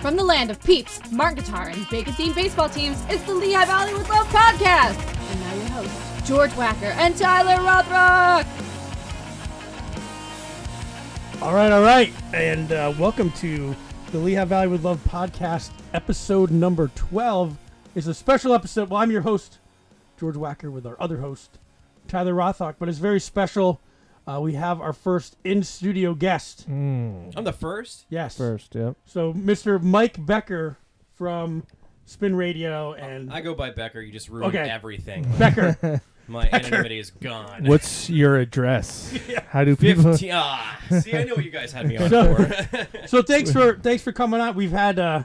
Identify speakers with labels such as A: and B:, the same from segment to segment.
A: From the land of Peeps, Mark Guitar, and Bacon Theme Baseball Teams, it's the Lehigh Valley with Love podcast! And now your hosts, George Wacker and Tyler Rothrock!
B: All right, all right, and uh, welcome to the Lehigh Valley with Love podcast, episode number twelve. It's a special episode. Well, I'm your host, George Wacker, with our other host, Tyler Rothrock. But it's very special. Uh, we have our first in studio guest.
C: I'm the first.
B: Yes,
D: first, yep.
B: so Mr. Mike Becker from Spin Radio and
C: I go by Becker. You just ruined
B: Okay.
C: everything.
B: Becker.
C: My anonymity is gone.
D: What's your address? How do people?
C: 15. Ah, see, I know what you guys had me on
B: So-
C: for.
B: so thanks for thanks for coming on. We've had uh,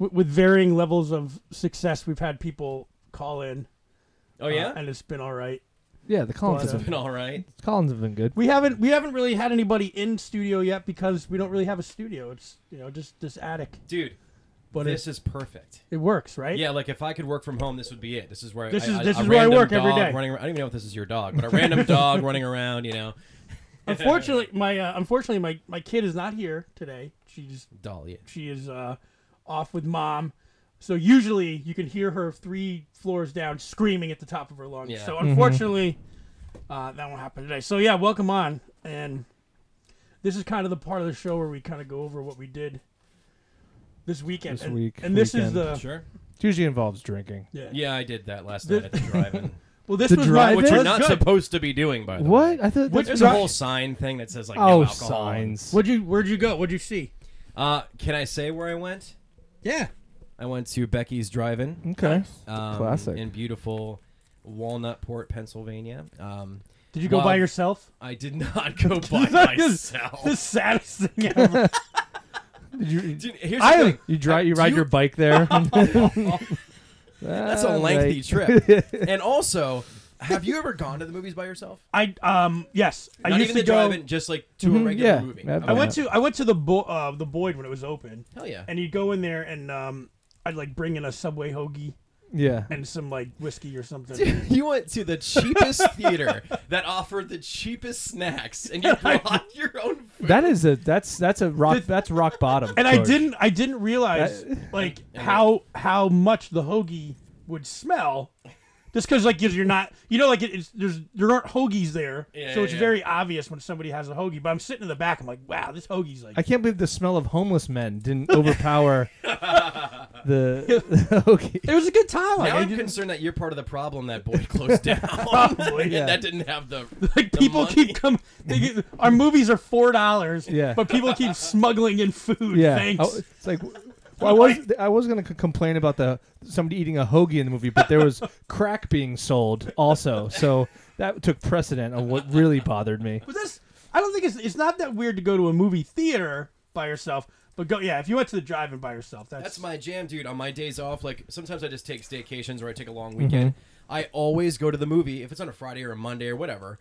B: w- with varying levels of success, we've had people call in.
C: oh, yeah?
B: and it's been all right.
D: Yeah, the Collins.
B: Well,
D: Have
B: uh,
D: been,
C: Been all right.
D: Collins have been good.
B: We haven't we haven't really had anybody in studio yet because we don't really have a studio. It's you know just this attic,
C: Dude,
B: but
C: this
B: it,
C: is perfect.
B: it works, right?
C: Yeah, like if I could work from home, this would be it. This is where
B: This
C: I,
B: is-
C: I-
B: this
C: a
B: is where I
C: random
B: work every
C: dog
B: day.
C: Running around, I don't even know if this is your dog, but a random dog running around, you know.
B: Unfortunately, my uh, unfortunately my my kid is not here today. She's
C: Dolly.
B: she is uh, off with mom. So usually you can hear her three floors down screaming at the top of her lungs.
C: Yeah.
B: So
D: Mm-hmm.
B: unfortunately, uh, that won't happen today. So yeah, welcome on. And this is kind of the part of the show where we kind of go over what we did this weekend.
D: This
B: and,
D: week-
B: and this is
D: weekend.
B: the
C: Sure.
D: It usually involves drinking.
B: yeah.
C: Yeah, I did that last
B: Oh. The-
C: night at the drive-in.
B: Well, this
D: The
B: was my,
D: drive-in?
B: which
D: Which
C: You're
D: That's
B: was
C: not
B: good.
C: supposed to be doing, by the way.
D: What? I thought
B: What's
D: that's
C: There's a
B: Right.
C: whole sign thing that says like no
D: oh
C: alcohol.
D: signs.
B: What'd you where'd you go? What'd you see?
C: Uh, can I say where I went?
B: Yeah.
C: I went to Becky's Drive-In.
D: Okay.
C: um,
D: Classic.
C: in beautiful Walnutport, Pennsylvania. Um,
B: Did you go by
C: Love.
B: yourself?
C: I did not go by myself.
B: The saddest thing ever.
D: Did you?
C: Dude, here's the
D: I.
C: thing.
D: You drive. You
C: Do
D: ride
C: you-
D: your bike there.
C: That's a
D: Ah,
C: lengthy
D: Mike.
C: trip. And also, have you ever gone to the movies by yourself?
B: I um yes, I
C: not
B: used
C: even the
B: to go. Mm-hmm,
C: drive-in, just like to a
D: Mhm,
C: regular
D: yeah.
C: movie.
D: I've
B: I
D: done
B: went
D: that.
B: to I went to the Bo- uh, the Boyd when it was open,
C: Hell yeah.
B: and you'd go in there and um I'd like bring in a Subway hoagie
D: Yeah.
B: and some like whiskey or something.
C: Dude, you went to the cheapest theater that offered the cheapest snacks, and you brought your own food.
D: That is a. That's that's a rock. That's rock bottom.
B: And I
D: George.
B: didn't I didn't realize like
C: And
B: how how much the hoagie would smell. Just because like you're not you know like it, it's, there's there aren't hoagies there,
C: Yeah,
B: so
C: yeah,
B: it's
C: yeah.
B: very obvious when somebody has a hoagie. But I'm sitting in the back, I'm like, wow, this hoagie's like
D: I can't believe the smell of homeless men didn't overpower the. okay.
B: It was a good time. Like,
C: now
B: I
C: I'm
B: didn't-
C: concerned that you're part of the problem that Boyd closed down. and
B: yeah.
C: that didn't have the
B: like
C: the
B: people
C: money.
B: keep coming. They get, our movies are four dollars.
D: Yeah.
B: But people keep smuggling in food.
D: Yeah. Oh.
B: Thanks.
D: I, it's like. Well, I was I was gonna c- complain about the somebody eating a hoagie in the movie, but there was crack being sold also, so that took precedent on what really bothered me.
B: but that's. I don't think it's it's not that weird to go to a movie theater by yourself. But go yeah, if you went to the drive-in by yourself, that's,
C: That's my jam, dude. On my days off, like sometimes I just take staycations or I take a
D: Mm-hmm.
C: long weekend. I always go to the movie if it's on a Friday or a Monday or whatever.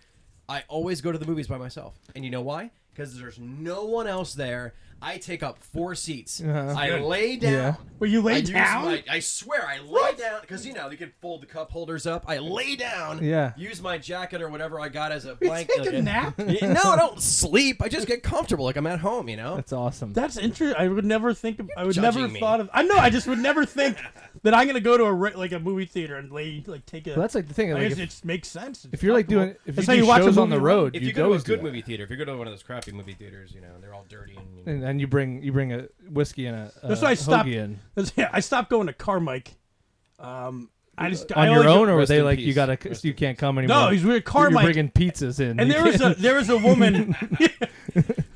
C: I always go to the movies by myself, and you know why? Because there's no one else there. I take up four seats. I lay down.
D: Uh-huh. Yeah.
B: Were you
C: I
B: lay
C: use
B: down?
C: my- I swear, I lay down because you know you can fold the cup holders up. I lay down.
D: Yeah.
C: Use my jacket or whatever I got as a
B: you
C: blanket.
B: take a nap.
C: Yeah, no, I don't sleep. I just get comfortable, like I'm at home. You know.
D: That's awesome.
B: That's interesting. I would never think. Of, I would never
C: judging
B: have
C: me.
B: thought of. I know. I just would never think that I'm gonna go to a re- like a movie theater and lay like take a.
D: Well, that's like the thing.
B: I
D: Like
B: guess
D: if,
B: it makes sense. It's
D: if you're like
B: comfortable.
D: doing, if
B: That's
D: you
B: how
D: do
B: watch a
D: shows on
B: movie
D: the road,
C: if
D: you,
C: you, go to a
D: always do
C: good
D: that.
C: movie theater, if you go to one of those crappy movie theaters, you know they're all dirty and you know.
D: and, and you bring you bring a whiskey and a, a
B: That's why I stopped.
D: hoagie in.
B: that's- yeah, I stopped going to Carmike. Um, I just I
D: on your
B: only go-
D: own, or were
C: Rest
D: they
C: in
D: like you
C: peace.
D: gotta
C: Rest
D: you can't come anymore?
B: No, he's weird.
D: you're
B: Carmike.
D: bringing pizzas in,
B: and
D: You
B: there was a
D: can't-
B: there was a woman.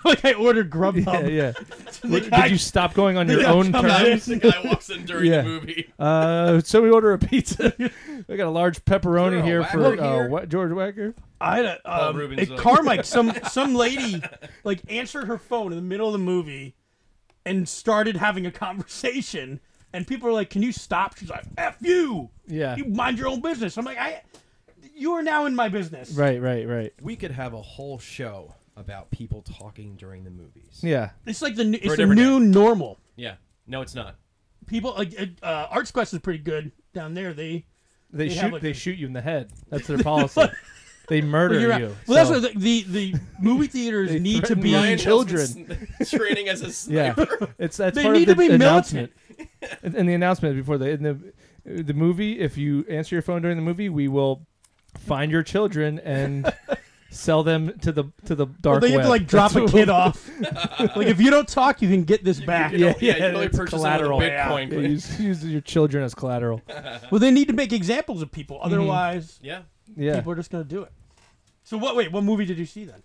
B: like I ordered Grubhub.
D: yeah yeah.
B: The guy-
D: Did you stop going on
B: the
D: your
B: guy
D: own
B: comes
D: terms?
B: in.
C: guy walks in during
D: Yeah.
C: movie.
D: Uh, so we order a pizza. we got a large pepperoni
C: Is there
D: here
C: a
D: for
C: Wacker
D: uh,
C: here?
D: what, George Wacker.
B: I had a,
C: Paul
B: um,
C: Rubens,
B: at
C: uh,
B: Carmike. Some some lady like answered her phone in the middle of the movie, and started having a conversation. And people are like, "Can you stop?" She's like, "F you.
D: Yeah.
B: You mind your own business." I'm like, "I, you are now in my business."
D: Right, right, right.
C: We could have a whole show about people talking during the movies.
D: Yeah,
B: It's like the new, it's the
C: different
B: new normal.
C: Yeah. No, it's not.
B: People like uh, uh, Arts Quest is pretty good down there. They
D: they
B: have,
D: shoot
B: like,
D: they
B: a-
D: shoot you in the head. That's their policy. They murder
B: You're right.
D: you.
B: Well, that's
D: So-
B: what the, the the movie theaters
D: They
B: need to
D: threaten
B: be.
D: Ryan-
C: Children training as a
D: yeah,
C: sniper.
D: it's that's
B: They
D: part
B: need
D: of
B: to
D: the
B: be
D: announcement. And and the announcement before the in the the movie. If you answer your phone during the movie, we will find your children and sell them to the to the dark
B: Well, they
D: web.
B: have to like drop
D: That's
B: a
D: what-
B: kid off. like if you don't talk, you can get this back.
C: You know,
D: Yeah,
C: yeah, you can only
D: it's
C: purchase it with
D: collateral.
C: Bitcoin.
D: Yeah, use, use your children as collateral.
B: Well, they need to make examples of people. Otherwise,
C: yeah.
D: Yeah.
B: people are just going to do it. So what? Wait, what movie did you see then?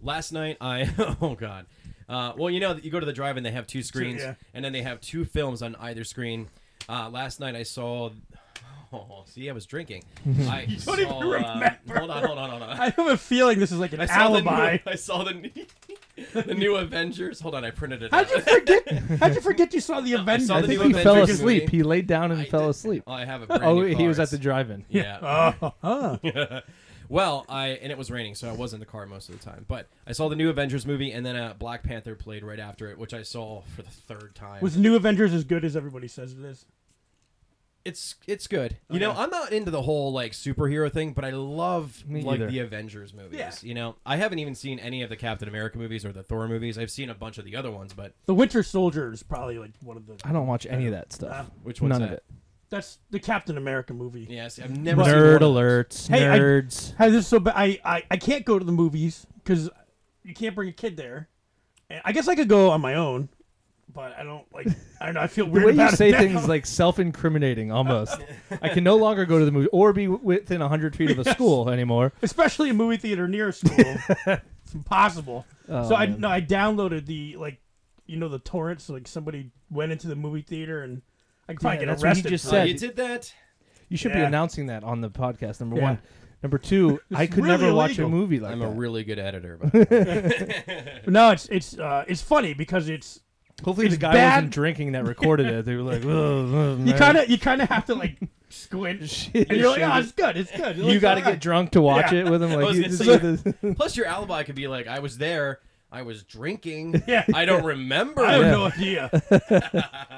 C: Last night, I oh god. Uh, well, you know, you go to the drive and they have two screens,
B: yeah.
C: and then they have two films on either screen. Uh, last night, I saw. Oh, see, I was drinking. I saw,
B: even
C: um,
B: remember.
C: hold on, hold on, hold on.
B: I have a feeling this is like an
C: I saw
B: alibi.
C: The new, I saw the new, the new Avengers. Hold on, I printed it.
B: How'd
C: out.
B: you forget? how'd you forget you saw the Avengers?
C: saw
D: I
C: the
D: think
C: new
D: he fell
C: Avengers
D: asleep.
C: movie.
D: He laid down and
C: I
D: fell
C: did-
D: asleep.
C: Oh, I have a brand
D: Oh,
C: new
D: he was at
C: cards.
D: the drive-in.
C: Yeah.
B: Oh, huh.
C: Well, I and it was raining, so I was in the car most of the time. But I saw the new Avengers movie, and then uh, Black Panther played right after it, which I saw for the third time.
B: was New Avengers as good as everybody says it is?
C: it's it's good.
D: Oh,
C: You know,
B: Okay.
C: I'm not into the whole like superhero thing, but I love
D: Me
C: like
D: either.
C: the Avengers movies.
B: Yeah.
C: You know, I haven't even seen any of the Captain America movies or the Thor movies. I've seen a bunch of the other ones, but
B: The Winter Soldier is probably like one of the.
D: I don't watch any of that stuff.
C: which one's
D: None of
C: that?
D: it.
B: That's the Captain America movie.
C: Yeah, see, I've never seen
D: Nerd
C: one of those.
D: alerts.
B: Hey, I-
D: nerds.
B: Hey, this is so bad. I, I, I can't go to the movies because you can't bring a kid there. And I guess I could go on my own, but I don't like. I don't know. I feel
D: the
B: weird
D: way
B: about
D: you say
B: it now.
D: things is, like self-incriminating almost. I can no longer go to the movie or be w- within hundred feet of a school anymore.
B: especially a movie theater near a school. it's impossible.
D: Oh,
B: so I
D: man.
B: no, I downloaded the like, you know, the torrents. like somebody went into the movie theater and I could probably
D: Yeah,
B: get
D: that's what he
B: arrested.
D: just
B: for
C: Oh,
B: that.
D: said.
C: you did that.
D: You should be
B: Yeah.
D: announcing that on the podcast. Number
B: Yeah.
D: one. Number two. I could
B: really
D: never watch a
B: illegal.
D: movie like
C: I'm
D: that.
C: a really good editor. But
B: But no, it's it's uh, it's funny because it's
D: Hopefully the
B: It's
D: guy
B: bad.
D: wasn't drinking that recorded it. They were like,
B: you kind of you kind of have to like squint. And you're
D: "Ah,
B: like, oh, it's good, it's good. It
D: you
B: looks
D: got to
B: alright."
D: get drunk to watch
B: "Ah." Yeah.
D: it with him. Like,
C: was
D: you-
C: gonna
D: this
C: say-
D: is-
C: Plus, your alibi could be like, I was there, I was drinking,
B: Yeah.
C: I don't remember.
B: I have
D: Yeah.
B: no idea.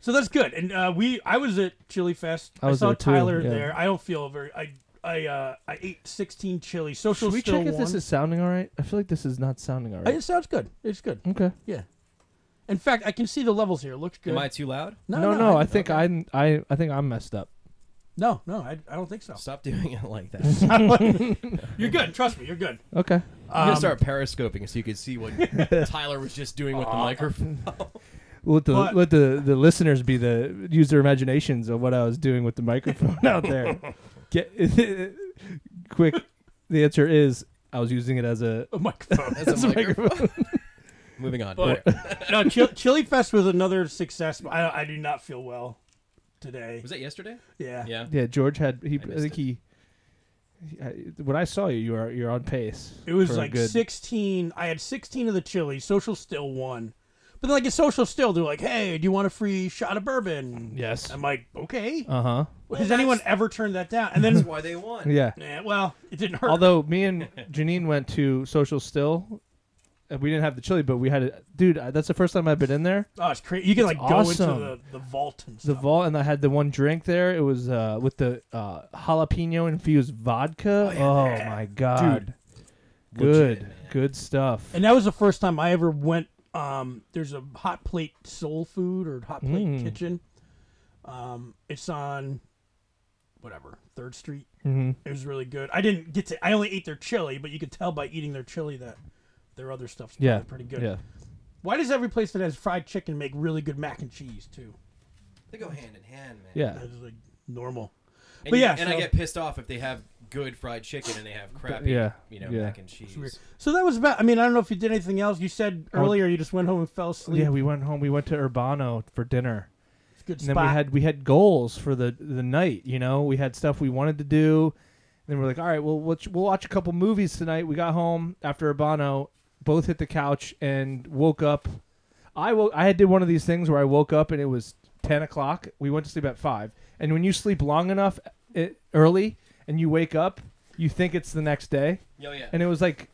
B: so that's good. And uh, we, I was at Chili Fest.
D: I
B: I,
D: was
B: saw
D: there too,
B: Tyler
D: yeah.
B: there. I don't feel very. I I uh, I ate sixteen chili. Social
D: Should we
B: still
D: check if this
B: won.
D: is sounding all right? I feel like this is not sounding all
B: Uh,
D: right.
B: It sounds good. It's good.
D: Okay.
B: Yeah. In fact, I can see the levels here. It looks good.
C: Am I too loud?
D: No, no. I think I'm- I I think I'm messed up.
B: No, no, I, I don't think so.
C: Stop doing it like that. I'm
B: You're good. Trust me, you're good. Um,
D: Okay.
C: gonna start periscoping so you can see what Tyler was just doing with the microphone.
D: Let the
B: But-
D: let the, the listeners be the use their imaginations of what I was doing with the microphone out there. Get quick. The answer is I was using it as a
B: A oh, microphone.
C: That's a microphone. Moving on.
B: But- no, Chil- Chili Fest was another success. But I, I do not feel well today.
C: was that yesterday?
B: Yeah.
C: Yeah.
D: yeah. George had he I,
C: missed
D: think
C: it.
D: he. he- I, when I saw you, you are you're on pace.
B: It was
D: for a
B: like
D: good,
B: 16. I had 16 of the chili. Social still won. But like at social still, they're like, hey, do you want a free shot of bourbon?
D: Yes.
B: I'm like, okay.
D: Uh huh.
B: Has
C: that's-
B: anyone ever turned that down? And
C: That's
B: then,
C: why they won.
D: Yeah.
B: eh, well, it didn't hurt.
D: Although me and Janine went to Social Still, and we didn't have the chili, but we had it. Dude, I- that's the first time I've been in there.
B: oh, it's crazy. You can like go
D: awesome.
B: into the, the vault and
D: The
B: stuff.
D: vault, and I had the one drink there. It was uh, with the uh, jalapeno infused vodka. Oh, my god, good, good stuff.
B: and that was the first time I ever went. Um, there's a hot plate soul food or hot plate
D: Mm.
B: kitchen. Um, it's on whatever Third Street.
D: hmm
B: It was really good. I didn't get to. I only ate their chili, but you could tell by eating their chili that their other stuff's probably
D: Yeah,
B: pretty good.
D: Yeah,
B: Why does every place that has fried chicken make really good mac and cheese too?
C: They go hand in hand, man.
D: yeah.
B: That is like normal.
C: And
B: But
C: you-
B: yeah,
C: and I
B: so-
C: get pissed off if they have good fried chicken and they have crappy,
D: yeah,
C: you know,
D: yeah.
C: mac and cheese.
B: So that was about. I mean, I don't know if you did anything else. You said
D: I would-
B: earlier you just went home and fell asleep.
D: Yeah, we went home. We went to Urbano for dinner.
B: It's a good
D: And
B: spot.
D: then we had we had goals for the the night. You know, we had stuff we wanted to do. And then we're like, all right, well, we'll, ch- we'll watch a couple movies tonight. We got home after Urbano, both hit the couch and woke up. I woke. I had did one of these things where I woke up and it was ten o'clock. We went to sleep at five. And when you sleep long enough, it, early, and you wake up, you think it's the next day.
C: Oh yeah.
D: And it was like,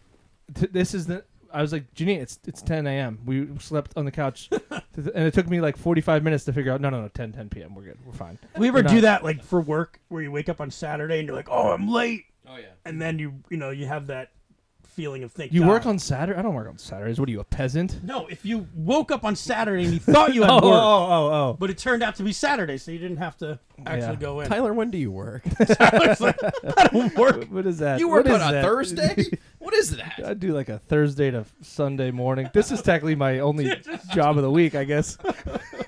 D: t- this is the. I was like, Janine, it's it's 10 a.m. We slept on the couch, to th- and it took me like 45 minutes to figure out. No, no, no, 10 10 p.m. We're good. We're fine.
B: We ever
D: We're
B: do
D: not-
B: that like for work where you wake up on Saturday and you're like, oh, I'm late.
C: oh Oh yeah.
B: and then you you know you have that feeling of thinking.
D: You work on Saturday? I don't work on Saturdays. What are you, a peasant?
B: no. If you woke up on Saturday and you thought you had work,
D: oh,
B: but it turned out to be Saturday, so you didn't have to actually
D: Yeah.
B: go in.
C: Tyler, when do you work?
B: Tyler's like, I don't work.
D: What is that?
C: you work on
D: What is
C: a
D: that?
C: Thursday? What is that?
D: I do like a Thursday to Sunday morning. This is technically my only job of the week, I guess.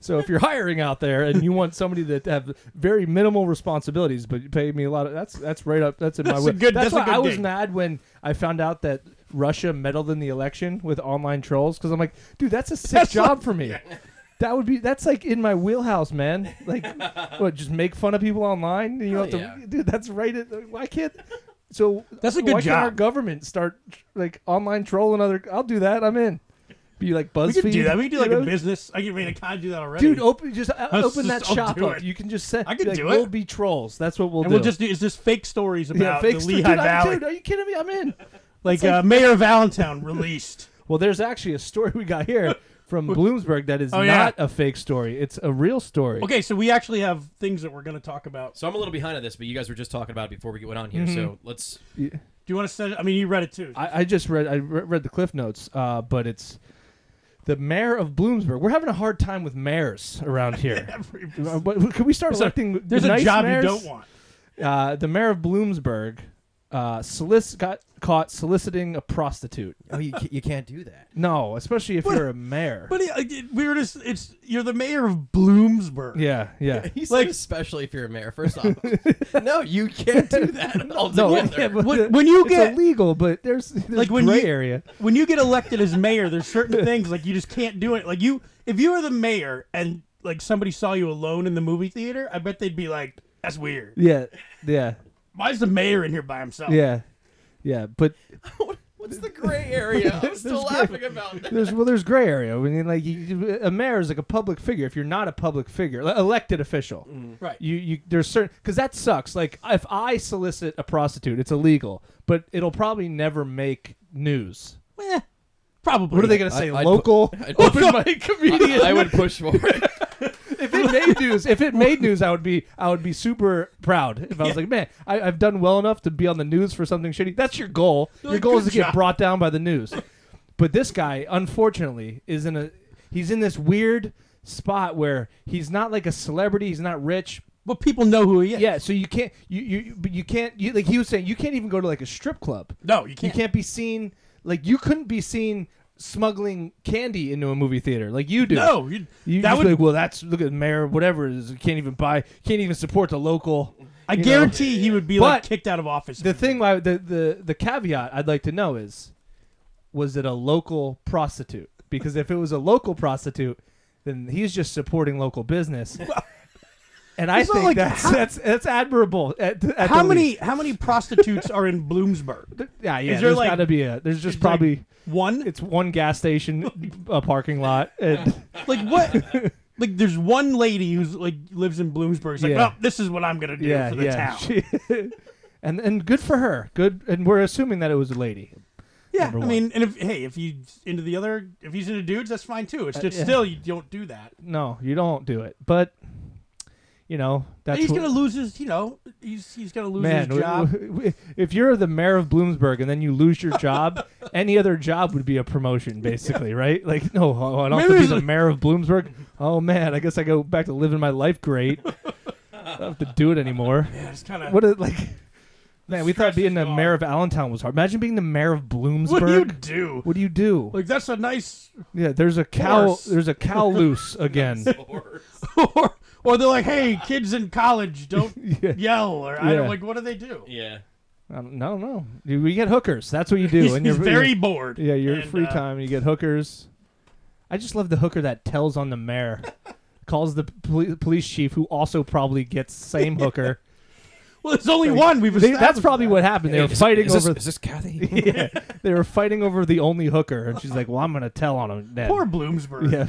D: so if you're hiring out there and you want somebody that have very minimal responsibilities but you pay me a lot of that's that's right up that's in my
B: That's a
D: way.
B: good-
D: that's,
B: that's a
D: why
B: good
D: I was
B: dig.
D: mad when I found out that Russia meddled in the election with online trolls because I'm like, dude, that's a sick job for me. That would be that's like in my wheelhouse, man. Like, what? Just make fun of people online. You
C: Hell
D: have to,
C: yeah.
D: dude. That's right. At, why can't? So
B: That's a good
D: why Can't our
B: job.
D: government start like online trolling other. I'll do that. I'm in. Be like BuzzFeed.
B: We could do that. We could do like
D: you
B: a
D: know?
B: business. I mean, I kind of do that already.
D: Dude, open just uh,
B: Let's
D: open that
B: just- I'll
D: shop
B: do
D: up.
B: it.
D: You can just send.
B: I could
D: like,
B: do it.
D: We'll be trolls. That's what we'll
B: and
D: do.
B: we'll just do it's just fake stories about
D: yeah, fake
B: the
D: stu-
B: Lehigh
D: dude, I-
B: Valley,
D: dude, are you kidding me? I'm in. um,
B: like, uh, Mayor Valentine released.
D: Well, there's actually a story we got here from Bloomsburg that is
B: Oh, yeah.
D: not a fake story. It's a real story.
B: Okay, so we actually have things that we're going to talk about.
C: So I'm a little behind on this, but you guys were just talking about it before we went on here. So let's.
B: Do you want to send? I mean, you read it too.
D: I, I just read I re- read the cliff notes, uh, but it's the mayor of Bloomsburg. We're having a hard time with mayors around here. Uh, but Can we start electing?
B: There's
D: nice
B: a job
D: mayors?
B: you don't want.
D: Uh, the mayor of Bloomsburg uh, solic- got caught soliciting a prostitute.
C: Oh, you, you can't do that.
D: No, especially if
B: But-
D: you're a mayor.
B: But it, it, we were just, it's, you're the mayor of Bloomsburg.
D: yeah, yeah.
C: He's
B: Like-
C: like, especially if you're a mayor. First off, no, you can't do that
D: No,
C: altogether.
D: yeah, but
B: When- when you
D: it's
B: get-
D: illegal, but there's, there's
B: Like when
D: gray
B: you-
D: area.
B: When you get elected as mayor, there's certain things like you just can't do it. Like you, if you were the mayor and like somebody saw you alone in the movie theater, I bet they'd be like, that's weird.
D: Yeah, yeah,
B: Why is the mayor in here by himself?
D: yeah, yeah. But
C: What's the gray area? I'm still laughing about that.
D: There's well, there's gray area. I mean, like you, a mayor is like a public figure. If you're not a public figure, like, elected official,
B: Right.
D: you you there's certain because that sucks. Like if I solicit a prostitute, it's illegal, but it'll probably never make news.
B: Eh, probably.
D: What are they gonna say?
C: I'd put-
D: Local
C: I'd put-
D: open mic comedian.
C: I would push for it.
D: if it made news, if it made news, I would be I would be super proud. If I was like, man, I, I've done well enough to be on the news for something shitty. That's your goal. your
B: like,
D: goal is to
B: "Good
D: get
B: job."
D: brought down by the news. But this guy, unfortunately, is in a he's in this weird spot where he's not like a celebrity. He's not rich.
B: But people know who he is.
D: Yeah, so you can't you you but you can't you like he was saying you can't even go to like a strip club.
B: No, you can't.
D: You can't be seen like you couldn't be seen smuggling candy into a movie theater like you do.
B: No, you,
D: You
B: that
D: just
B: would.
D: be like, well, that's look at the mayor, whatever it is. You can't even buy, can't even support the local.
B: I
D: you know.
B: guarantee he would be like
D: But
B: kicked out of office.
D: The thing, why the, the the caveat I'd like to know is, was it a local prostitute? Because if it was a local prostitute, then he's just supporting local business. And I
B: It's not
D: think
B: like-
D: that's,
B: how-
D: that's that's admirable. At, at
B: How
D: the
B: many?
D: least.
B: How many prostitutes are in Bloomsburg?
D: Yeah, yeah.
B: there,
D: there's
B: like-
D: got to be a. There's just
B: It's like
D: probably
B: one.
D: it's one gas station, a parking lot, and
B: like what? Like there's one lady who's like lives in Bloomsburg. It's like,
D: Yeah.
B: well, this is what I'm gonna do for the town.
D: She- and and good for her. Good, and we're assuming that it was a lady.
B: yeah,
D: number
B: I
D: one.
B: mean, and if hey, if he's into the other, if he's into dudes, that's fine too. It's just
D: Uh, yeah.
B: still you don't do that.
D: No, you don't do it. But you know that's
B: he's
D: what-
B: gonna lose his, you know, he's he's gonna lose
D: man.
B: his
D: w-
B: job.
D: w- w- if you're the mayor of Bloomsburg and then you lose your job, any other job would be a promotion, basically, right? Like, no, oh, I don't
B: Maybe
D: have to be
B: it's
D: the
B: like-
D: mayor of Bloomsburg. Oh man, I guess I go back to living my life great. I don't have to do it anymore.
B: yeah, it's kind of
D: What a, like. Man, we
B: stress
D: thought being
B: is
D: the
B: gone.
D: mayor of Allentown was hard. Imagine being the mayor of Bloomsburg.
B: what do you do?
D: What do you do?
B: Like that's a nice
D: Yeah, there's a cow.
B: Horse.
D: There's a cow loose again.
B: or or they're like, hey, kids in college, don't
D: Yeah.
B: yell or I don't
D: Yeah.
B: like. What do they do?
C: Yeah.
D: I don't, I don't know. You- We get hookers. That's what you do.
B: He's,
D: and
B: he's
D: you're
B: very bored.
D: yeah. Your
B: and,
D: free
B: uh,
D: time, you get hookers. I just love the hooker that tells on the mayor, calls the poli- police chief, who also probably gets same hooker.
B: Well, there's only one. We've
D: They- that's
B: established
D: probably
B: that.
D: what happened. They were
C: Is-
D: fighting
C: is this-
D: over.
C: Is this Kathy?
D: yeah, they were fighting over the only hooker, and she's like, "Well, I'm gonna tell on him." Then.
B: Poor Bloomsburg.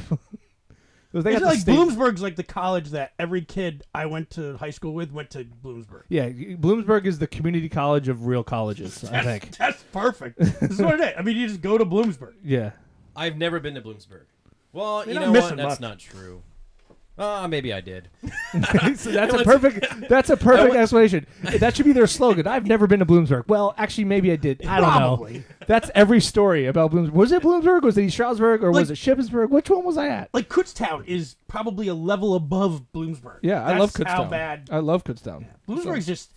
D: Yeah. they
B: It's
D: got the
B: like
D: state-
B: Bloomsburg's like the college that every kid I went to high school with went to Bloomsburg.
D: Yeah, Bloomsburg is the community college of real colleges. I think.
B: That's perfect. this is what it is. I mean, you just go to Bloomsburg.
D: Yeah.
C: I've never been to Bloomsburg. Well,
B: You're
C: you
B: not
C: know
B: missing
C: what?
B: much.
C: That's not true. Ah, maybe I did.
D: So that's a perfect. That's a perfect explanation. That should be their slogan. I've never been to Bloomsburg. Well, actually, maybe I did. I don't know.
E: Probably.
D: That's every story about Bloomsburg. Was it Bloomsburg? Was it East Stroudsburg? Or was it
B: Like-
D: Shippensburg? Which one was I at?
B: Like Kutztown is probably a level above Bloomsburg.
D: Yeah, I
B: That's
D: love Kutztown.
B: How bad
D: I love Kutztown.
B: Bloomsburg's just.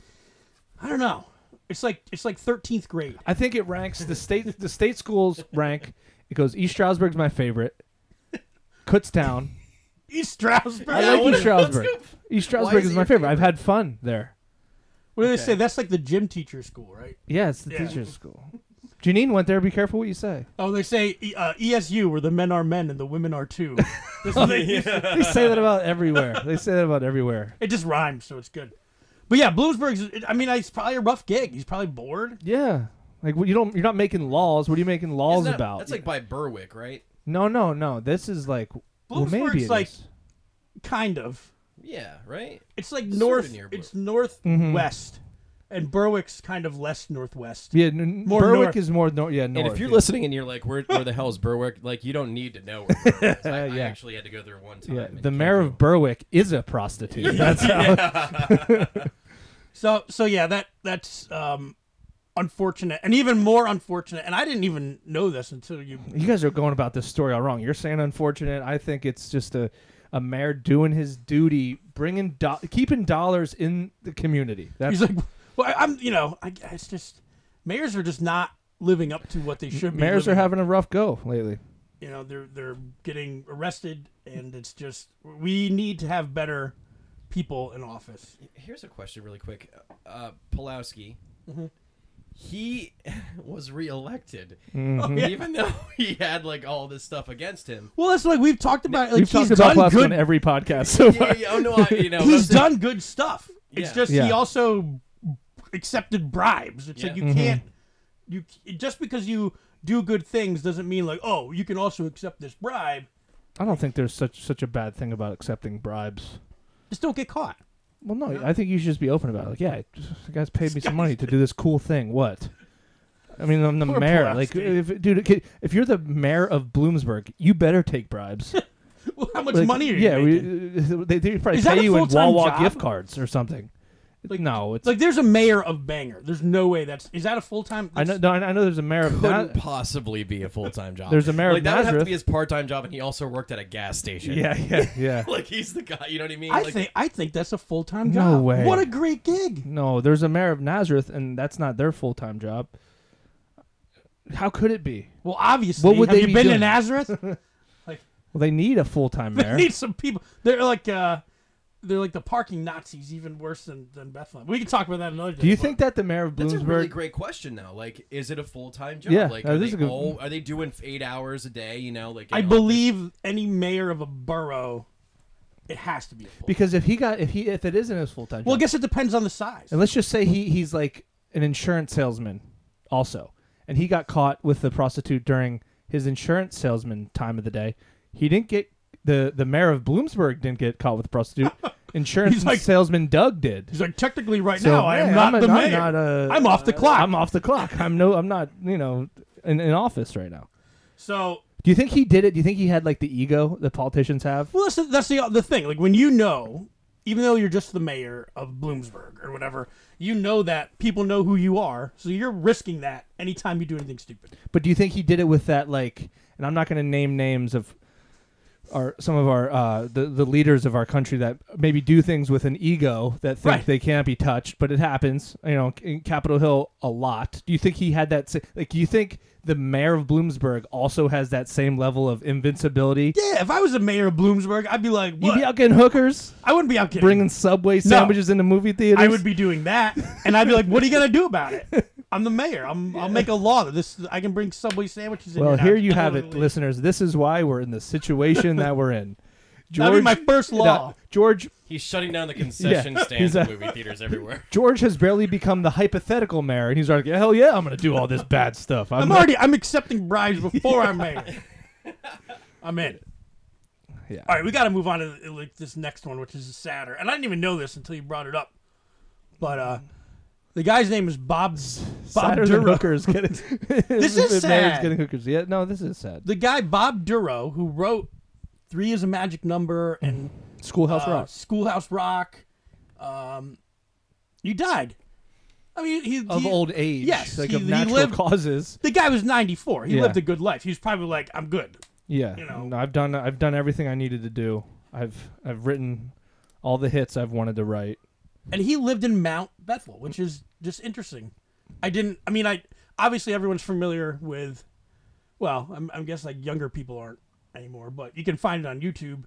B: I don't know. It's like it's like thirteenth grade.
D: I think it ranks the state. The state schools rank. It goes East Stroudsburg's my favorite. Kutztown.
B: East Stroudsburg.
D: I
C: Yeah, what
D: like East
C: is- let's
D: Stroudsburg.
C: go-
D: East
C: Why
D: Stroudsburg
C: is
D: is
C: it
D: my
C: your
D: favorite. I've had fun there.
B: what do they say? That's like the gym teacher school, right?
D: Yeah, it's the
B: Yeah.
D: teacher's school. Janine went there. Be careful what you say.
B: Oh, they say E- uh, ESU, where the men are men and the women are too. That's what they used to-
D: They say that about everywhere. They say that about everywhere.
B: It just rhymes, so it's good. But yeah, Bloomsburg's. I mean, it's probably a rough gig. He's probably bored.
D: Yeah. Like what- you don't you're not making laws. What are you making laws
C: Isn't that-
D: about?
C: That's like by Berwick, right?
D: no, no, no. This is like well,
B: Bloomsburg's
D: maybe it
B: like-
D: is.
B: Kind of.
C: Yeah, right.
B: It's like
C: Sorta
B: north.
C: near Berwick.
B: It's northwest, and Berwick's kind of less northwest.
D: Mm-hmm. Yeah, n-
B: More
D: Berwick
B: north.
D: is more north. Yeah, north.
C: and if you're
D: yeah.
C: listening and you're like, where, where the hell's Berwick? Like, you don't need to know where Berwick is. I, I
D: Yeah.
C: actually had to go there one time.
D: yeah,
C: and
D: the
C: can't
D: mayor
C: go.
D: of Berwick is a prostitute. That's how.
B: So so yeah, that that's um, unfortunate, and even more unfortunate. And I didn't even know this until you.
D: You guys are going about this story all wrong. You're saying unfortunate. I think it's just a a mayor doing his duty, bringing do- keeping dollars in the community. That's
B: He's like, well, I- I'm. You know, I, it's just mayors are just not living up to what they should. be
D: mayors are
B: living up
D: having a rough go lately.
B: you know they're they're getting arrested and it's just we need to have better people in office
C: Here's a question, really quick. Uh, Pulowski,
D: Mm-hmm.
C: he was reelected,
D: Mm-hmm.
C: Oh, even though he had like all this stuff against him.
B: well that's like we've talked about like
D: We've
B: he's
D: talked about
B: done
D: Plasco in
B: good
D: every podcast so far.
C: Yeah, yeah, oh no, I, you know,
B: he's
C: that's-
B: done good stuff it's
C: Yeah.
B: just
D: Yeah.
B: he also accepted bribes it's like
C: Yeah.
B: you
D: Mm-hmm.
B: can't you just because you do good things doesn't mean like oh you can also accept this bribe
D: I don't think there's such such a bad thing about accepting bribes.
B: just don't get caught
D: Well, no, I think you should just be open about it. Like, yeah, the guy's paid me some money to do this cool thing. What? I mean, I'm the
B: Poor
D: mayor.
B: Pulaski.
D: Like, if, dude, if you're the mayor of Bloomsburg, you better take bribes.
B: well, how much
D: Like,
B: money are you
D: yeah, we-
B: making?
D: they, they probably
B: Is that
D: pay
B: a
D: you in
B: full-time
D: Wawa
B: job?
D: gift cards or something. no, it's
B: like there's a mayor of banger there's no way that's is that a full-time
D: I know. No, I know there's a mayor of
C: couldn't
D: that.
C: possibly be a full time job.
D: There's a mayor of
C: like that would have to
D: Nazareth.
C: be his part time job, and he also worked at a gas station.
D: Yeah, yeah, yeah.
C: like he's the guy. You know what I mean?
B: i
C: like,
B: think i think that's a full-time
D: No
B: job
D: way.
B: what a great gig
D: No, there's a mayor of Nazareth, and that's not their full time job. How could it be?
B: Well, obviously,
D: What would
B: have
D: they
B: you
D: be
B: been to
D: doing?
B: Nazareth?
D: Well, they need a full time
B: they
D: mayor.
B: need some people. They're like uh, they're like the parking Nazis, even worse than, than Bethlehem. We can talk about that another day.
D: Do you
B: but-
D: think that the mayor of
C: That's a really
D: Bloomsburg?
C: great question, though. Like, is it a full time job?
D: Yeah,
C: like,
D: uh,
C: are
D: this
C: they
D: is a good-
C: all, are they doing eight hours a day? You know, like you
B: I
C: know,
B: believe any mayor of a borough, it has to be a full.
D: Because if he got if he if it isn't his full time
B: well, I
D: job,
B: guess it depends on the size.
D: and let's just say he he's like an insurance salesman also, and he got caught with the prostitute during his insurance salesman time of the day. He didn't get the the mayor of Bloomsburg didn't get caught with a prostitute. Insurance
B: He's like-
D: salesman Doug did.
B: He's like technically right
D: So,
B: now, I am
D: hey,
B: not
D: I'm
B: the
D: a- I'm
B: mayor.
D: not a-
B: I'm off the clock.
D: I'm off the clock. I'm no. I'm not. You know, in, in office right now.
B: so
D: Do you think he did it? Do you think he had like the ego that politicians have?
B: Well, that's the, that's the the thing. Like when you know, even though you're just the mayor of Bloomsburg or whatever, you know that people know who you are, so you're risking that anytime you do anything stupid.
D: But do you think he did it with that like? And I'm not going to name names of our some of our uh, the the leaders of our country that maybe do things with an ego that think
B: Right.
D: they can't be touched, but it happens. You know, in Capitol Hill a lot. Do you think he had that? sa- Like, do you think the mayor of Bloomsburg also has that same level of invincibility?
B: Yeah, if I was the mayor of Bloomsburg, I'd be like,
D: You'd
B: what?
D: be out getting hookers,
B: I wouldn't be out kidding.
D: bringing Subway sandwiches into movie theaters.
B: I would be doing that, and I'd be like, "What are you gonna do about it?" I'm the mayor. I'm, I'll make a law that this I can bring Subway sandwiches. in
D: Well,
B: and
D: here
B: I'll
D: you have it,
B: totally-
D: listeners. This is why we're in the situation that we're in. George,
B: That'd be my first
D: no,
B: law.
D: George
C: he's shutting down the concession
D: he's
C: stands
D: a-
C: at movie theaters everywhere.
D: George has barely become the hypothetical mayor, and he's like, "Hell yeah, I'm gonna do all this bad stuff." I'm,
B: I'm
D: not-
B: already. I'm accepting bribes before I'm mayor. I'm in.
D: Yeah.
B: All right, we got to move on to like this next one, which is sadder. And I didn't even know this until you brought it up. But uh the guy's name is Bob. Bob
D: sadder than
B: Duro.
D: hookers. Getting,
B: This is
D: the mayor's
B: sad.
D: Getting hookers. Yeah, no, this is sad.
B: The guy Bob Duro who wrote Three is a Magic Number and
D: Schoolhouse
B: uh,
D: Rock.
B: Schoolhouse Rock. Um, he died. I mean, he,
D: Of
B: he-
D: old age.
B: yes,
D: Like
B: he-
D: of
B: he
D: natural
B: lived-
D: causes.
B: The guy was 94. He
D: Yeah.
B: lived a good life. He was probably like, I'm good.
D: Yeah.
B: you know.
D: No, I've done I've done everything I needed to do. I've I've written all the hits I've wanted to write.
B: And he lived in Mount Bethel, which is just interesting. I didn't. I mean, I obviously everyone's familiar with. Well, I'm, I'm guessing like younger people aren't anymore, but you can find it on YouTube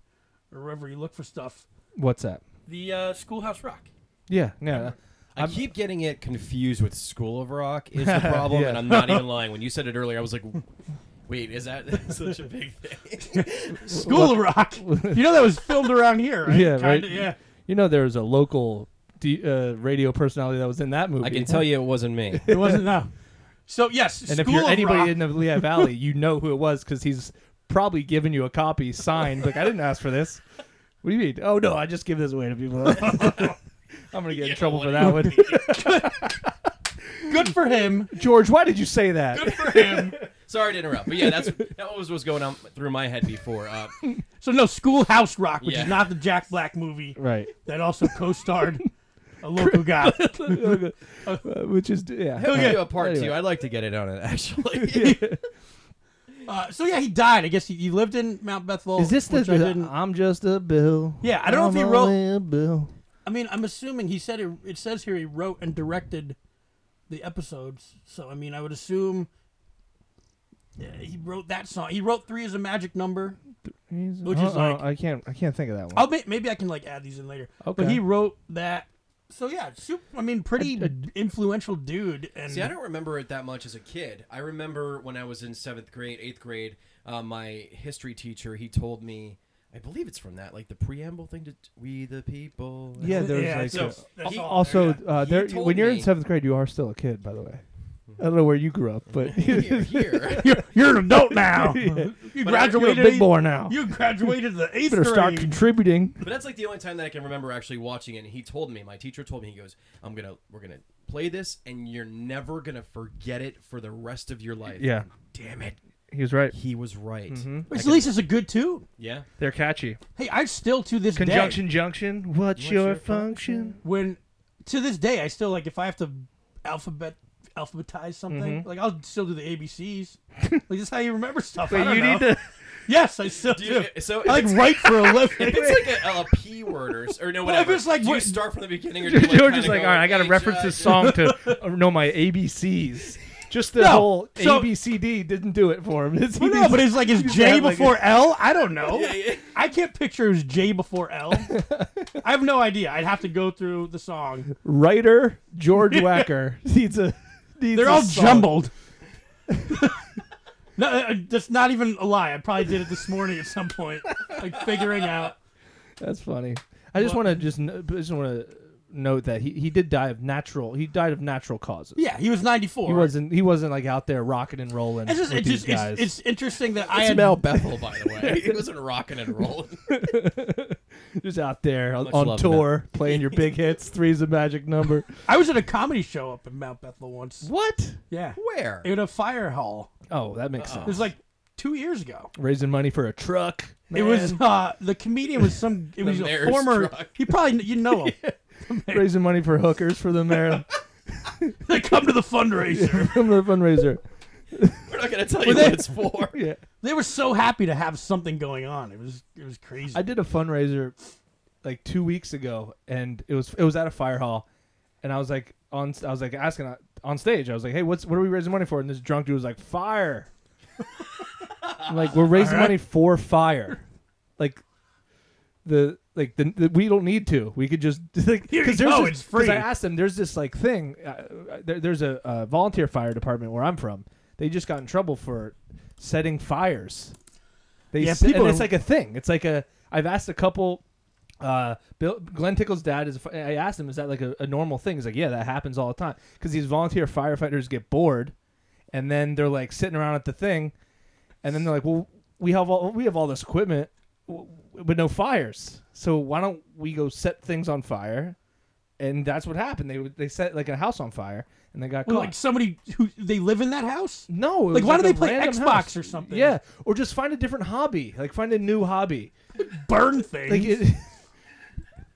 B: or wherever you look for stuff.
D: What's that?
B: The uh, Schoolhouse Rock.
D: Yeah, yeah.
C: I
D: I'm-
C: keep getting it confused with School of Rock is the problem,
D: Yeah.
C: and I'm not even lying. When you said it earlier, I was like, "Wait, is that such a big thing?"
B: School of Rock. you know that was filmed around here, right?
D: Yeah,
B: Kinda,
D: right.
B: Yeah.
D: You know there was a local d- uh, radio personality that was in that movie.
C: I can tell you, it wasn't me.
B: It wasn't no. So yes,
D: And
B: School
D: if you're
B: of
D: anybody
B: Rock.
D: in the Lehigh Valley, you know who it was because he's probably given you a copy signed. Like I didn't ask for this. What do you mean? Oh no, I just give this away to people. I'm gonna get in trouble for that one.
B: good for him.
D: George, why did you say that?
C: Sorry to interrupt, but yeah, that's that was what's going on through my head before. Uh,
B: So no, Schoolhouse Rock, which
C: Yeah.
B: is not the Jack Black movie
D: Right.
B: that also co-starred a local guy.
D: Uh, which is yeah.
C: he'll
D: Alright.
C: do a part
D: Anyway.
C: two. I'd like to get it on it actually.
B: Uh, so yeah, he died. I guess he, he lived in Mount Bethel.
D: Is this the,
B: which I didn't-
D: I'm just a bill?
B: Yeah, I don't know if he
D: I'm
B: wrote-
D: only a bill.
B: I mean, I'm assuming he said it. It says here he wrote and directed the episodes. So I mean, I would assume uh, he wrote that song. He wrote three is a magic number.
D: He's-
B: Which is
D: uh-uh,
B: like-
D: I can't I can't think of that one.
B: I'll ma- maybe I can like add these in later.
D: Okay.
B: But he wrote that. So yeah, super, I mean, pretty influential dude. And
C: See, I don't remember it that much as a kid. I remember when I was in seventh grade, eighth grade, uh, my history teacher he told me, I believe it's from that, like the preamble thing to "We the People."
D: yeah, there's
B: Yeah,
D: like
B: so
D: a-
B: that's
D: al-
B: all
D: also
B: there,
D: uh,
C: He
D: there
C: told
D: when you're
C: me-
D: in seventh grade, you are still a kid, by the way. I don't know where you grew up, but
C: here, here.
B: you're, you're an adult now. You
D: you're a
B: graduated.
D: big boy now.
B: You graduated the eighth
D: better start
B: grade.
D: contributing.
C: But that's like the only time that I can remember actually watching it. And he told me, my teacher told me, he goes, "I'm gonna, we're gonna play this, and you're never gonna forget it for the rest of your life."
D: Yeah,
C: Damn it,
D: he was right.
C: he was right.
B: Which at least it's a good tune.
C: Yeah.
D: They're catchy.
B: Hey, I still to this day.
D: Conjunction junction. What's, your,
C: your
D: function?
B: when to this day I still like if I have to alphabet alphabetize something,
D: Mm-hmm.
B: like I'll still do the ABCs. like this is how you remember stuff. Oh, I don't know. Yes, I still do.
C: you-
B: I
C: so if
B: like write for a living.
C: If it's like a, a P word or, s- or no,
B: Well, if
C: whatever.
B: it's like
C: do you
B: what-
C: start from the beginning or do you like,
D: George is
C: kinda
D: like,
C: go
D: all right, I got to
C: H,
D: reference
C: I,
B: uh,
D: this
C: J?"
D: song to uh, know my ABCs. Just the
B: No,
D: whole
B: so-
D: ABCD didn't do it for him. It's-
B: Well, no,
D: he's-
B: but it's like is J
D: had, like,
B: before L? I don't know.
C: Yeah, yeah.
B: I can't picture it was J before L. I have no idea. I'd have to go through the song.
D: writer George Wacker needs a. Needs
B: They're
D: a
B: all
D: song.
B: jumbled. no, uh, uh, that's not even a lie. I probably did it this morning at some point, like figuring out.
D: That's funny. I just want to just kn- I just want to note that he, he did die of natural. He died of natural causes.
B: Yeah, he was ninety four.
D: He wasn't he wasn't like out there rocking and rolling
B: It's just,
D: with
B: it's,
D: these
B: just
D: guys.
B: it's, it's interesting that I
C: It's
B: had
C: Mel Bethel, by the way. It wasn't rocking and rolling.
D: just out there on,
C: Much
D: on
C: love,
D: tour playing your big hits. Three's a magic number.
B: I was at a comedy show up in Mount Bethel once.
D: What?
B: Yeah,
C: Where?
B: in a fire hall.
D: Oh, that makes
B: It
D: sense.
B: was like two years ago.
D: Raising money for a truck.
B: It was
D: man.
B: uh, the comedian was some. It was a
C: mayor's
B: former.
C: truck.
B: He probably you know him.
D: raising money for hookers for the mayor
B: they come to the fundraiser.
D: from the fundraiser.
C: We're not gonna tell
B: Were
C: you
B: they-
C: what it's for.
D: Yeah.
B: They were so happy to have something going on. It was it was crazy.
D: I did a fundraiser like two weeks ago, and it was it was at a fire hall, and I was like on I was like asking uh, on stage. I was like, "Hey, what's what are we raising money for?" And this drunk dude was like, "Fire." I'm like we're raising money for fire, like the like the, the- we don't need to. We could just like
B: Here you
D: there's
B: go,
D: this-
B: it's free.
D: I asked them. There's this like thing. Uh, uh, there, there's a, a volunteer fire department where I'm from. They just got in trouble for setting fires. They
B: Yeah,
D: set- and
B: people
D: it's
B: are-
D: like a thing. It's like a. I've asked a couple. Uh, Bill Glenn Tickle's dad is. a fi- I asked him, is that like a, a normal thing? He's like, yeah, that happens all the time. Because these volunteer firefighters get bored, and then they're like sitting around at the thing, and then they're like, well, we have all we have all this equipment, w- w- but no fires. So why don't we go set things on fire? And that's what happened. They would- they set like a house on fire, and they got
B: Well,
D: caught.
B: like somebody who they live in that house.
D: No, it
B: Like,
D: was
B: why do they
D: a
B: play
D: random
B: Xbox
D: house.
B: or something?
D: Yeah, or just find a different hobby. Like find a new hobby.
B: Burn things.
D: Like it,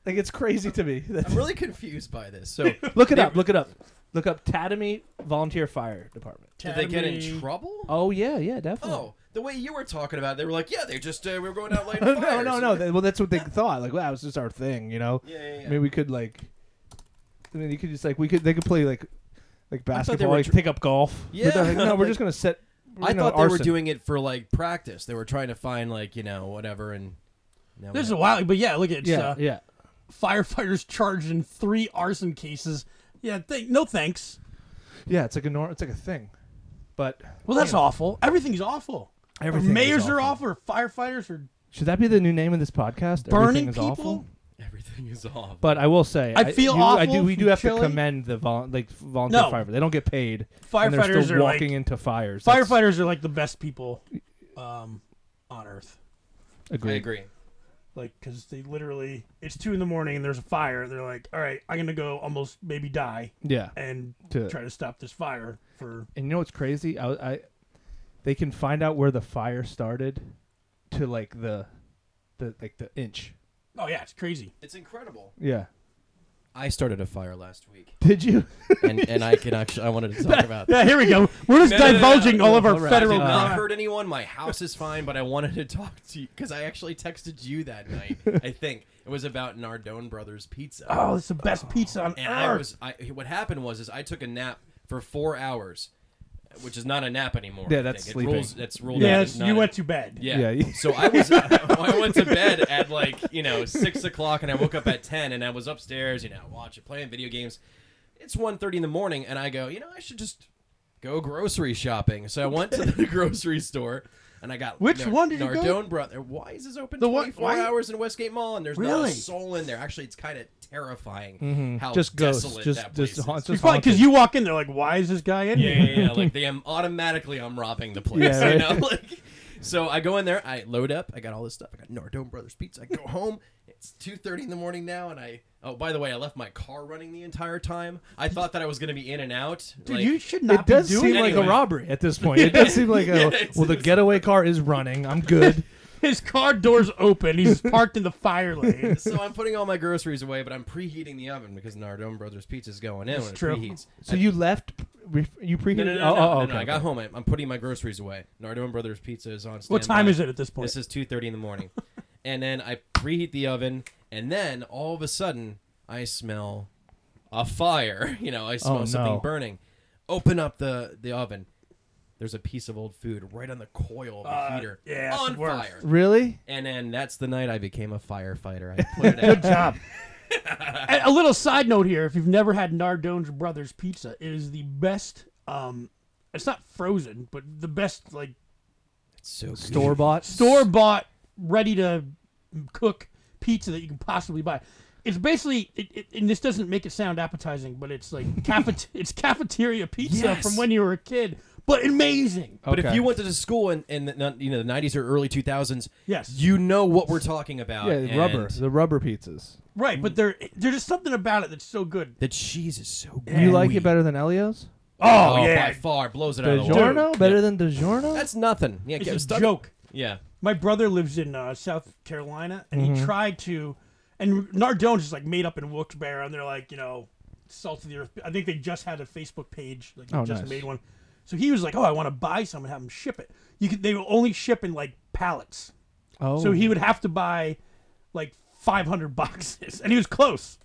D: Like it's crazy to me. That's-
C: I'm really confused by this. So did
D: look it up. Look it up. Look up Tatami Volunteer Fire Department.
C: they get in
B: Academy.
C: trouble?
D: Oh yeah, yeah, definitely.
C: Oh, the way you were talking about, it, they were like, "Yeah, they just uh, we were going out lighting
D: no,
C: fires."
D: no, no, They- well, that's what they thought. Like, wow, that was just our thing, you know.
C: Yeah, yeah, yeah.
D: I mean, we could like, I mean, you could just like we could they could play like, like
C: thought they
D: basketball,
C: were
D: like
C: tr-
D: pick up golf. But
C: Yeah.
D: they're like, no, we're
C: Like-
D: just gonna set.
C: I
D: you know,
C: thought they were
D: arson.
C: doing it for like practice. They were trying to find like you know whatever and. now we
B: This is
C: have-
B: wild, but yeah, look at it's,
D: Yeah,
B: uh,
D: yeah.
B: firefighters charged in three arson cases. Yeah, th- no thanks.
D: Yeah, it's like a nor- it's like a thing, but
B: Well, that's awful. Everything's awful.
D: Everything is
B: mayors are
D: awful.
B: awful. Or firefighters are.
D: should that be the new name of this podcast? Everything
B: Burning
D: is
B: people?
D: awful.
C: everything is off.
D: But I will say,
B: I feel
D: you- I do.
B: awful
D: We do
B: for
D: have
B: Chile.
D: to commend the vol- like volunteer
B: No.
D: firefighters. They don't get paid. and they're
B: Firefighters
D: still
B: are, like-
D: walking into fires. That's
B: Firefighters are like the best people, um, on earth.
C: I
D: Agreed.
C: agree.
B: Like, because they literally, it's two in the morning and there's a fire. They're like, all right, I'm gonna go almost maybe die
D: Yeah.
B: and
D: To-
B: try to stop this fire for
D: And you know what's crazy? I, I they can find out where the fire started to like the the like the inch.
B: Oh yeah, it's crazy.
C: It's incredible.
D: Yeah.
C: I started a fire last week,
D: Did you?
C: and and I can actually I wanted to talk about. that.
B: Yeah, here we go. We're just
C: No, no, no, no,
B: divulging
C: no,
B: all of our
D: no, no,
C: I
B: federal.
C: did not
B: crime.
C: hurt anyone. My house is fine, but I wanted to talk to you because I actually texted you that night. I think it was about Nardone Brothers Pizza.
B: oh, it's the best pizza on
C: and I
B: earth.
C: was I, what happened was is I took a nap for four hours, which is not a nap anymore.
D: Yeah,
C: I
D: that's
C: think. It
D: sleeping.
C: rules- that's ruled. out
B: yeah,
C: as
B: it's-
C: not
B: you
C: a-
B: went to bed.
C: Yeah.
D: Yeah.
C: so I was uh, I went to bed at like you know six o'clock, and I woke up at ten, and I was upstairs, you know, watching playing video games. It's 1.30 in the morning, and I go, you know, I should just go grocery shopping. So I went to the grocery store. And I got
B: Which
C: Nar-
B: one did you go-
C: Nardone Brother. Why is this open
B: The one-
C: 24
B: why-
C: hours in Westgate Mall and there's not
B: Really? Mm-hmm.
C: a soul in there? Actually, it's kind of terrifying how
D: Just ghosts.
C: desolate
D: Just-
C: that
D: just
C: place
D: haunt-
C: is.
B: It's
D: just
B: probably because
D: haunted.
B: you walk in there like, why is this guy in
C: Yeah,
B: here?
C: yeah, yeah. like they am automatically I'm robbing the place.
D: Yeah,
C: You know,
D: right.
C: like so I go in there, I load up, I got all this stuff, I got Nardone Brothers pizza, I go home, it's two thirty in the morning now, and I oh by the way, I left my car running the entire time. I thought that I was gonna be in and out.
B: Dude,
C: like,
B: you should not
D: It does
B: be doing
D: seem
B: it.
D: like a
C: anyway.
D: robbery at this point. It does seem like
C: Yeah,
D: a
C: it's-
D: well, the
C: it's-
D: getaway car is running. I'm good.
B: His car door's open. He's parked in the fire lane.
C: so I'm putting all my groceries away, but I'm preheating the oven because Nardone Brothers pizza is going in when
B: true.
C: it preheats.
D: so you left. ref- You preheated.
C: No, no, no,
D: oh,
C: no,
D: oh,
C: no,
D: okay.
C: no, I got home. I- I'm putting my groceries away. Nardone Brothers Pizza is on.
B: what time
C: standby.
B: is it at this point?
C: This is two thirty in the morning, and then I preheat the oven, and then all of a sudden I smell a fire. You know, I smell
D: Oh,
C: something
D: no.
C: burning. Open up the the oven. There's a piece of old food right on the coil of the
B: Uh,
C: heater,
B: yeah, it's
C: on
B: the worst.
C: fire.
D: Really?
C: And then that's the night I became a firefighter. I put it out.
B: job. And a little side note here: if you've never had Nardone's Brothers Pizza, it is the best. Um, it's not frozen, but the best like
C: It's so good.
D: Store bought.
B: store bought, ready to cook pizza that you can possibly buy. It's basically, it, it, and this doesn't make it sound appetizing, but it's like cafet- it's cafeteria pizza
C: Yes.
B: from when you were a kid, but amazing.
C: But if
D: Okay.
C: you went to the school in, in the, you know the 90s or early 2000s,
B: Yes.
C: you know what we're talking about.
D: yeah,
C: and
D: rubber. The rubber pizzas.
B: Right, but there there's just something about it that's so good.
C: The cheese is so good.
D: You like it better than Elio's?
B: Oh,
C: by far blows it out of the water.
D: DiGiorno better than DiGiorno?
C: That's nothing. Yeah, get
B: it's a
C: stuck-
B: joke.
C: Yeah,
B: My brother lives in uh, South Carolina, and
C: Mm-hmm.
B: he tried to, and Nardone's is like made up in Wilkes-Barre, and they're like, you know, salt of the earth. I think they just had a Facebook page, like they
D: Oh,
B: just
D: nice.
B: made one. So he was like, oh, I want to buy some and have them ship it. You could, they will only ship in like pallets,
D: oh.
B: so he would have to buy like 500 boxes, and he was close,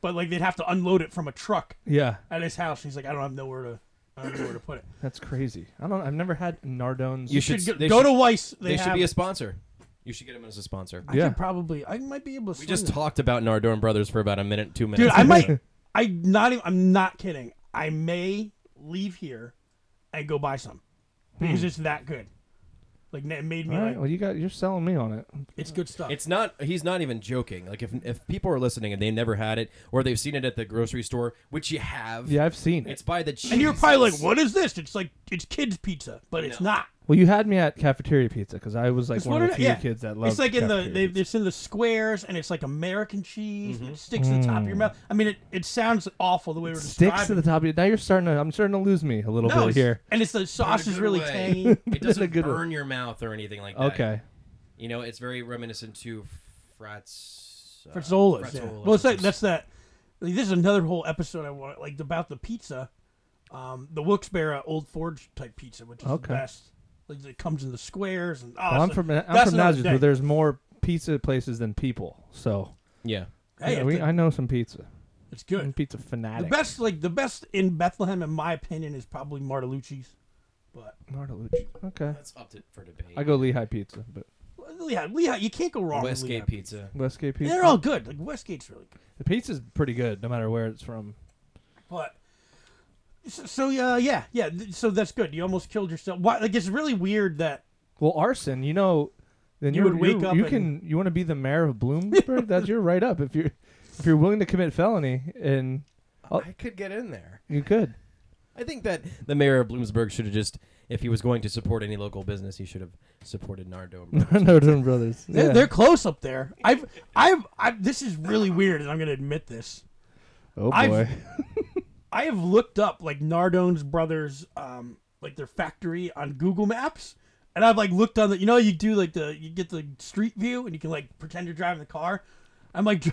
B: but like they'd have to unload it from a truck
D: Yeah,
B: at his house. He's like, I don't have nowhere to, I don't know where to put it.
D: that's crazy. I don't. I've never had Nardone's.
C: You should-
B: Should go,
C: they
B: go
C: should-
B: to Weiss. They,
C: they, should
B: have
C: be a
B: it.
C: sponsor. You should get him as a sponsor.
B: I
D: Yeah.
B: could probably. I might be able to.
C: We
B: swing
C: just
B: that.
C: talked about Nardone Brothers for about a minute, two minutes.
B: dude. I might. I not. Even, I'm not kidding. I may leave here and go buy some because it's that good. Like it made me
D: Hmm. All right.
B: like
D: Well, you got. You're selling me on it.
B: it's good stuff.
C: It's not. He's not even joking. Like if if people are listening and they never had it or they've seen it at the grocery store, which you have.
D: Yeah, I've seen it.
C: It's by the cheese.
B: and you're probably like, what is this? It's like it's kids pizza, but it's
C: No.
B: not.
D: Well, you had me at cafeteria pizza because I was like
B: It's
D: one
B: what
D: of the
B: it-
D: few
B: yeah.
D: kids that loved.
B: It's like in the they,
D: cafeteria pizza.
B: it's in the squares and it's like American cheese. And it sticks to the top of your mouth. I mean, it, it sounds awful the way we're
D: Hmm. sticks to
B: describing.
D: the top. of you. Now you're starting to. I'm starting to lose me a little
B: no,
D: bit
B: it's-
D: here.
B: and it's the sauce is
C: good
B: really
C: way.
B: tangy.
C: It
D: a
C: doesn't
D: good one.
C: burn your mouth or anything like that.
D: Okay.
C: You know, it's very reminiscent to frats. Fritz. Uh,
B: Fritzolas.
C: Fritz
B: yeah.
C: Ola's
B: Well, it's like,
C: place.
B: that's that. Like, this is another whole episode I want, like about the pizza, um, the Wilkes-Barre Old Forge type pizza, which is
D: Okay.
B: the best. Like it comes in the squares and. Oh,
D: Well, I'm
B: it's
D: from
B: like-
D: I'm
B: that's
D: from
B: another
D: Nazareth,
B: day.
D: but there's more pizza places than people. So
C: yeah.
B: Hey,
D: yeah,
B: if
D: we,
B: the-
D: I Mm. know some pizza.
B: it's
D: I'm
B: good.
D: pizza
B: The
D: fanatic.
B: best, like the best in Bethlehem, in my opinion, is probably Martelluzzi's. But
D: Martelluzzi. Okay.
C: That's up to, for debate.
D: I go Lehigh Pizza, but
B: well, Lehigh, Lehigh, you can't go wrong. with Lehigh
C: Westgate Pizza.
D: Westgate Pizza.
B: They're all good. Like Westgate's really good.
D: the pizza's pretty good, no matter where it's from.
B: But so, so uh, yeah, yeah. th- So that's good. You almost killed yourself. Why? Like it's really weird that
D: Well, arson, you know, then
B: You
D: you're-
B: would wake
D: you're-
B: up
D: You
B: and-
D: can. You want to be the mayor of Bloomsburg? That's your right up. If you're, if you're willing to commit felony, and Oh.
C: I could get in there.
D: you could.
C: I think that the mayor of Bloomsburg should have just, if he was going to support any local business, he should have supported Nardo. and Brothers.
D: Northern Brothers.
B: they're,
D: Yeah.
B: they're close up there. I've, I've, I've. This is really weird, and I'm gonna admit this.
D: oh boy.
B: I've- I have looked up like Nardone's brothers, um, like their factory on Google Maps, and I've like looked on the. You know, you do like the you get the street view, and you can like pretend you're driving the car. I'm like.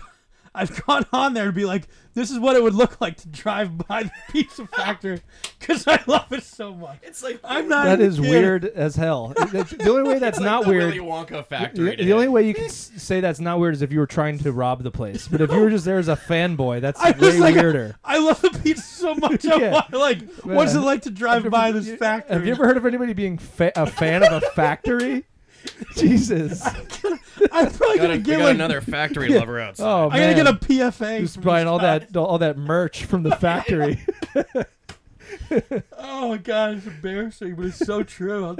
B: I've gone on there to be like, this is what it would look like to drive by the pizza factory because I love it so much.
C: It's like
B: I'm not.
D: that
B: even
D: is
B: kidding.
D: weird as hell. That's- the only way that's
C: it's like
D: not
C: the
D: weird.
C: Willy Wonka factory.
D: The, the
C: to
D: only
C: him.
D: way you can s- say that's not weird is if you were trying to rob the place. But if you were just there as a fanboy, that's
B: I
D: way
B: was like,
D: weirder.
B: I love the pizza so much. I
D: Yeah.
B: want, like, what's it like to drive
D: Have you
B: by
D: ever-
B: this factory?
D: Have you ever heard of anybody being fa- a fan of a factory? Jesus.
B: I'm probably
C: Got, a,
B: gonna
C: we
B: get
C: got
B: like,
C: another factory lover outside.
D: Oh
B: I'm gonna
D: man.
B: get a PFA.
D: Just
B: from
D: buying
B: this
D: all
B: guy.
D: that all that merch from the factory.
B: Oh my god, it's embarrassing, but it's so true.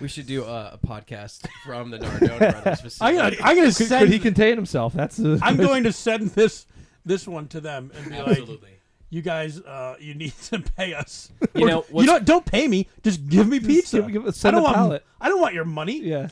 C: We should do uh, a podcast from the Nardo Brothers
B: I'm
C: facility.
B: gonna, I'm gonna
D: could, could
B: send.
D: he contain himself? That's the
B: I'm going to send this this one to them and be like,
C: Absolutely.
B: "You guys, uh, you need to pay us.
C: You
B: Or-
C: know,
B: you
C: what's-
B: know, don't pay me. Just give me pizza.
D: give- give-
B: I
D: send
B: don't
D: a
B: want.
D: pallet."
B: I don't want your money.
D: Yeah.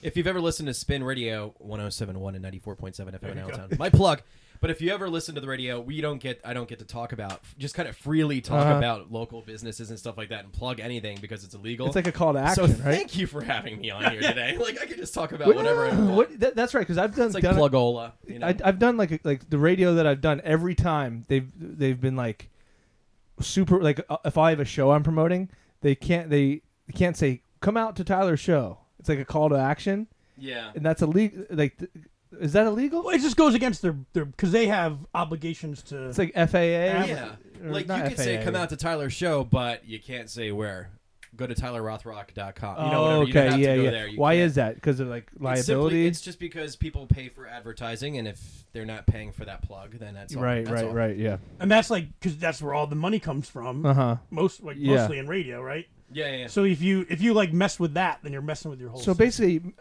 C: If you've ever listened to Spin Radio 1071 and 94.7 FM in Allentown, my plug. But if you ever listen to the radio, we don't get I don't get to talk about just kind of freely talk
D: Uh-huh.
C: about local businesses and stuff like that and plug anything because it's illegal.
D: It's like a call to
C: so
D: action, right?
C: thank you for having me on here today. Like I could just talk about whatever. I want.
D: What, that, that's right, because I've done,
C: It's like
D: done it-
C: plugola. You know?
D: I, I've done like like the radio that I've done every time they've they've been like super like uh, if I have a show I'm promoting they can't they they can't say come out to Tyler's show it's like a call to action
C: yeah.
D: and that's illegal like th- is that illegal
B: Well, it just goes against their their because they have obligations to.
D: it's like FAA
C: Yeah.
D: or
C: Like you
D: not
C: could say
D: FAA.
C: come out to Tyler's show, but you can't say where. Go to tylerrothrock.com. You know,
D: Oh,
C: whatever.
D: okay
C: You don't have
D: yeah
C: to go
D: yeah
C: there. You
D: why
C: can't.
D: is that because of like
C: It's simply-
D: liability
C: It's, just because people pay for advertising, and if they're not paying for that plug, then that's all-
D: right
C: that's
D: right
C: all.
D: right yeah
B: and that's like because that's where all the money comes from.
D: uh
C: Uh-huh.
D: huh
B: Most like
D: Yeah.
B: mostly in radio, right?
C: Yeah, yeah. yeah.
B: So if you if you like mess with that, then you're messing with your whole.
D: So
B: system.
D: basically,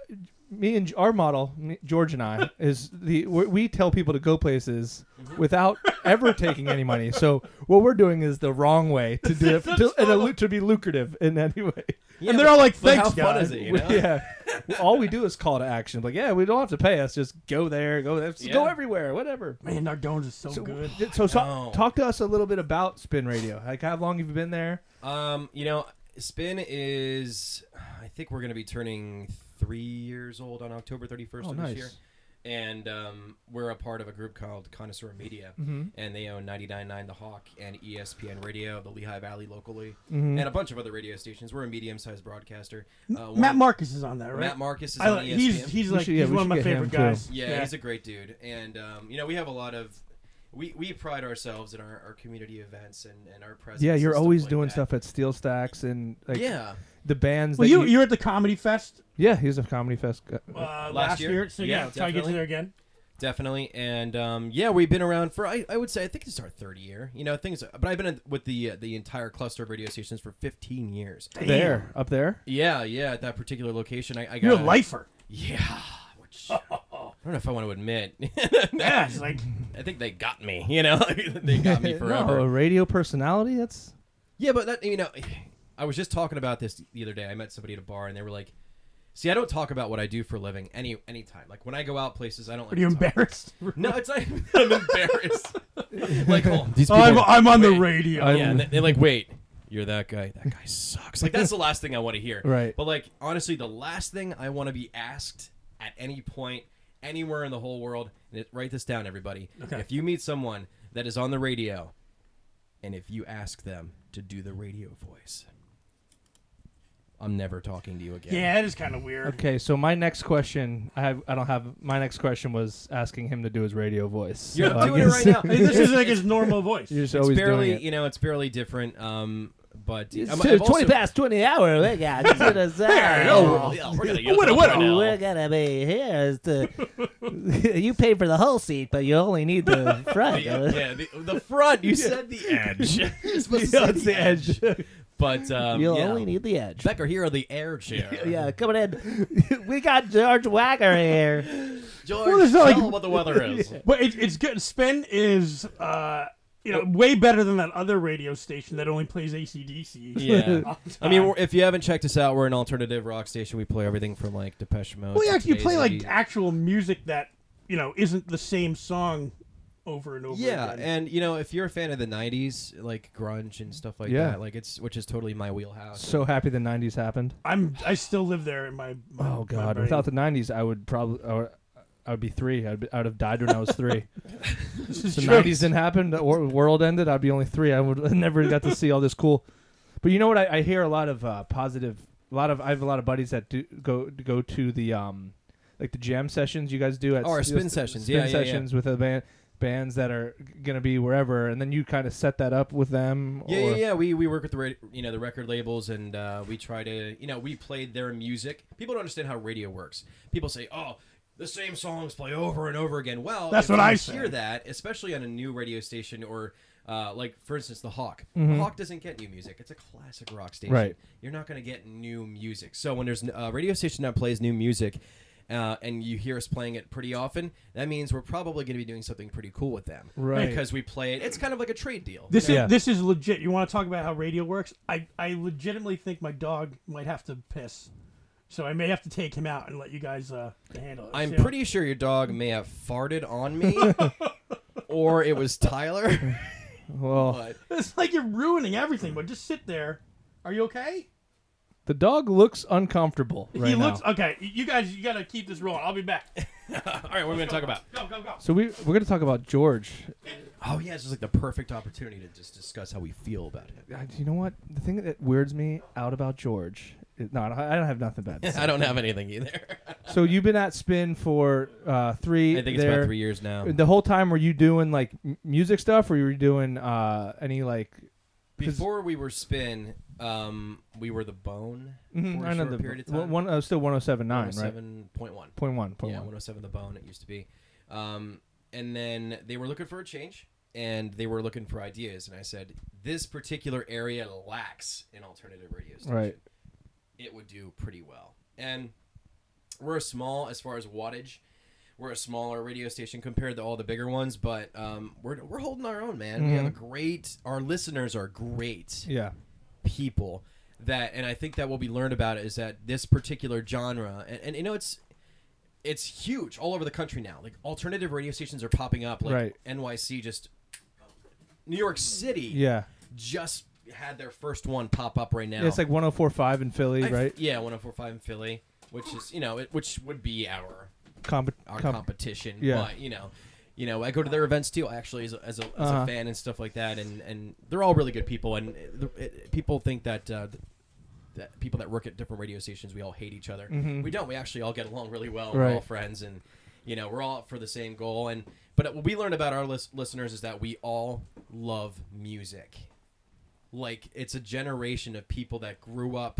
D: me and our model, me- George and I, is the we we tell people to go places
C: Mm-hmm.
D: without ever taking any money. So what we're doing is the wrong way to do it to, and a, lu- to be lucrative in any way.
C: Yeah,
B: and they're
C: but-
B: all like,
C: but
B: "Thanks,
C: how fun
B: guys."
C: is it? You
D: We-
C: know?
D: Yeah. All we do is call to action. Like, yeah, we don't have to pay us. Just go there, go there, just go
C: Yeah. Oh,
D: everywhere, whatever.
B: man, Nardone's is so,
D: So,
B: good.
D: so, so-
C: know.
D: talk to us a little bit about Spin Radio. Like, how long have you been there?
C: Um, you know, Spin is. I think we're going to be turning three years old on October 31st
D: Oh,
C: of
D: nice.
C: this year. And um, we're a part of a group called Connoisseur Media,
D: Mm-hmm.
C: and they own 99.9 The Hawk and E ESPN Radio, the Lehigh Valley locally,
D: Mm-hmm.
C: and a bunch of other radio stations. We're a medium-sized broadcaster. Uh,
B: Matt
C: one-
B: Marcus is on that, right?
C: Matt Marcus is
B: I,
C: on E
B: like-
C: ESPN.
B: he's he's
D: We
B: like
D: should- yeah,
B: he's
D: we
B: one of
D: should
B: my
D: get him,
B: favorite guys.
D: too.
C: Yeah, he's a great dude, and um, you know we have a lot of we, we pride ourselves in our, our community events and, and our presence.
D: Yeah, you're
C: and stuff
D: always
C: like
D: doing
C: that.
D: stuff at Steel Stacks and like
C: yeah,
D: the bands.
B: well,
D: that
B: you you're at the comedy fest
D: Yeah, he was a comedy fest. guy.
B: uh, last, year,
C: year?
B: so
C: Yeah,
B: yeah, try to get you
C: definitely.
B: there again.
C: definitely, and um, yeah, we've been around for I, I would say I think it's our third year. You know things, but I've been in, with the uh, the entire cluster of radio stations for 15 years.
D: there, up there.
C: Yeah, yeah, at that particular location, I, I got
B: You're a lifer.
C: Yeah, which I don't know if I want to admit.
B: Yeah, it's like
C: I think they got me. You know, they got me forever.
D: No, a radio personality. That's
C: Yeah, but that you know, I was just talking about this the other day. I met somebody at a bar, and they were like, "See, I don't talk about what I do for a living any any time. Like when I go out places, I don't. Like
B: are you
C: to talk-
B: embarrassed?
C: No, it's not. I'm embarrassed. like oh, these
B: I'm,
C: are-
B: I'm on the
C: wait.
B: radio.
C: yeah, and they- they're like, wait, you're that guy. That guy sucks. Like that's the last thing I want to hear.
D: Right.
C: But like honestly, the last thing I want to be asked at any point anywhere in the whole world. And it, write this down, everybody.
B: Okay.
C: If you meet someone that is on the radio, and if you ask them to do the radio voice, I'm never talking to you again.
B: Yeah, that is kind of weird.
D: Okay, so my next question, I have, I don't have. My next question was asking him to do his radio voice.
C: You're
D: So I
C: doing it right
D: guess-
C: now.
B: I mean, this is like his normal voice.
D: You're just
C: It's
D: always
C: barely,
D: doing it.
C: you know, it's barely different. Um, but
D: It's
C: I'm-
D: two-
C: I've
D: 20
C: also-
D: past 20 hour. We got to the side.
C: Oh, yeah, we're gonna yell
B: What a-
C: up
B: what a-
C: right now.
D: We're gonna be here. To, you pay for the whole seat, but you only need the front.
C: The- yeah, the, the front. You said the edge. You're supposed to say
D: it's the edge.
C: But um,
D: You'll
C: yeah.
D: only need the edge.
C: Becker here on the air chair.
D: Yeah, coming in. we got George Wacker here.
C: George,
B: Well, it's
C: tell
B: not like-
C: them what the weather is.
B: But it, it's good. Spin is, uh, you know, way better than that other radio station that only plays ACDC.
C: Yeah. I mean, we're- if you haven't checked us out, we're an alternative rock station. We play everything from like Depeche Mode.
B: Well,
C: to
B: yeah, you
C: today's
B: play like
C: 80s.
B: actual music that you know isn't the same song over and over.
C: Yeah,
B: again.
C: and you know, if you're a fan of the '90s, like grunge and stuff like
D: Yeah.
C: that, like it's which is totally my wheelhouse.
D: So happy the 90s happened.
B: I'm I still live there in my. my
D: Oh,
B: my
D: God.
B: brain.
D: Without the 90s, I would probably. I would, I would be three. I'd, be, I'd have died when I was three.
B: this is
D: the
B: true.
D: 90s didn't happen. The wor- world ended. I'd be only three. I would I never got to see all this cool. But you know what? I, I hear a lot of uh, positive. A lot of I have a lot of buddies that do go go to the um like the jam sessions you guys do at
C: Oh, our
D: s-
C: spin
D: s-
C: sessions.
D: spin
C: Yeah, yeah, yeah.
D: sessions with a band bands that are g- gonna be wherever, and then you kind of set that up with them.
C: Yeah,
D: or,
C: yeah, yeah. We, we work with the ra- you know the record labels and uh, we try to you know we play their music. People don't understand how radio works. People say, "Oh, the same songs play over and over again." Well,
B: That's
C: if
B: what
C: you
B: I
C: hear
B: say.
C: that, especially on a new radio station or uh, like for instance the Hawk. The Hawk doesn't get new music. It's a classic rock station.
D: Right.
C: You're not going to get new music. So when there's n- a radio station that plays new music. Uh, and you hear us playing it pretty often. That means we're probably going to be doing something pretty cool with them,
D: Right.
C: Because we play it. It's kind of like a trade deal.
B: This
D: Yeah.
B: is this is legit. You want to talk about how radio works? I I legitimately think my dog might have to piss, so I may have to take him out and let you guys uh, handle it.
C: I'm
B: So-
C: pretty sure your dog may have farted on me, or it was Tyler.
D: Well,
C: But
B: It's like you're ruining everything. But just sit there. Are you okay?
D: the dog looks uncomfortable right
B: he
D: now.
B: looks okay. You guys, you gotta keep this rolling. I'll be back.
C: all right, what are we gonna talk about?
B: Go go go.
D: so we we're gonna talk about George
C: Oh yeah, it's just like the perfect opportunity to just discuss how we feel about it.
D: God, you know what? The thing that weirds me out about George. It, no, I don't- I don't have nothing bad. To say.
C: I don't have anything either.
D: so you've been at Spin for uh, three.
C: I think it's
D: there.
C: about three years now.
D: The whole time, were you doing like m- music stuff, or you were doing uh, any like?
C: Before we were Spin, um, we were the Bone
D: Mhm,
C: for
D: I
C: a
D: know
C: short
D: the
C: period of time.
D: one. Uh, still one oh seven nine, right?
C: Seven point one.
D: Point one. Point
C: yeah,
D: one.
C: 107 the bone it used to be. Um, and then they were looking for a change and they were looking for ideas and I said this particular area lacks an alternative radio station.
D: Right.
C: It would do pretty well. And we're small as far as wattage. We're a smaller radio station compared to all the bigger ones, but um, we're, we're holding our own, man. We have a great, our listeners are great
D: Mm-hmm. Yeah.
C: people that and i think that what we learned about it is that this particular genre and, and you know it's it's huge all over the country now like alternative radio stations are popping up like
D: Right.
C: nyc just new york city
D: Yeah.
C: just had their first one pop up right now
D: It's like one oh four five in Philly,
C: I-
D: right?
C: yeah 1045 in philly which is you know it, which would be our
D: Comp-
C: our
D: comp-
C: competition.
D: yeah.
C: But you know, you know, I go to their events too. Actually, as a, as a, as
D: Uh-huh.
C: a fan and stuff like that, and and they're all really good people. And it, it, people think that. Uh, th- that people that work at different radio stations, we all hate each other. We don't. We actually all get along really well. We're all
D: Mm-hmm. Right.
C: friends, and you know we're all up for the same goal. And but what we learned about our lis- listeners is that we all love music. Like it's a generation of people that grew up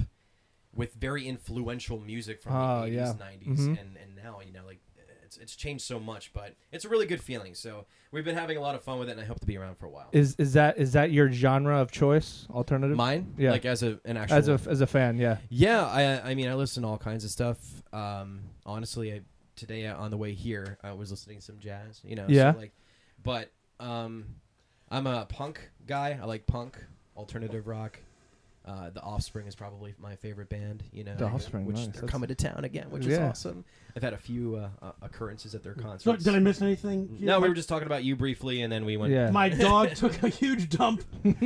C: with very influential music from
D: Oh,
C: the 80s,
D: yeah.
C: 90s and and now you know like it's, it's changed so much but it's a really good feeling so we've been having a lot of fun with it and i hope to be around for a while
D: Is is that is that your genre of choice? Alternative.
C: mine
D: Yeah.
C: like as a an actual
D: As a as a fan, yeah.
C: yeah i i mean i listen to all kinds of stuff um honestly i today uh, on the way here i was listening to some jazz you know so,
D: Yeah.
C: like but um i'm a punk guy i like punk alternative rock Uh, the Offspring is probably my favorite band. You know,
D: The Offspring,
C: which
D: nice.
C: they're
D: That's-
C: coming to town again, which is
D: Yeah.
C: awesome. I've had a few uh, uh, occurrences at their
B: So,
C: concerts.
B: did I miss anything?
C: no,
B: my,
C: we were just talking about you briefly, and then we went.
D: Yeah.
B: My dog took a huge dump,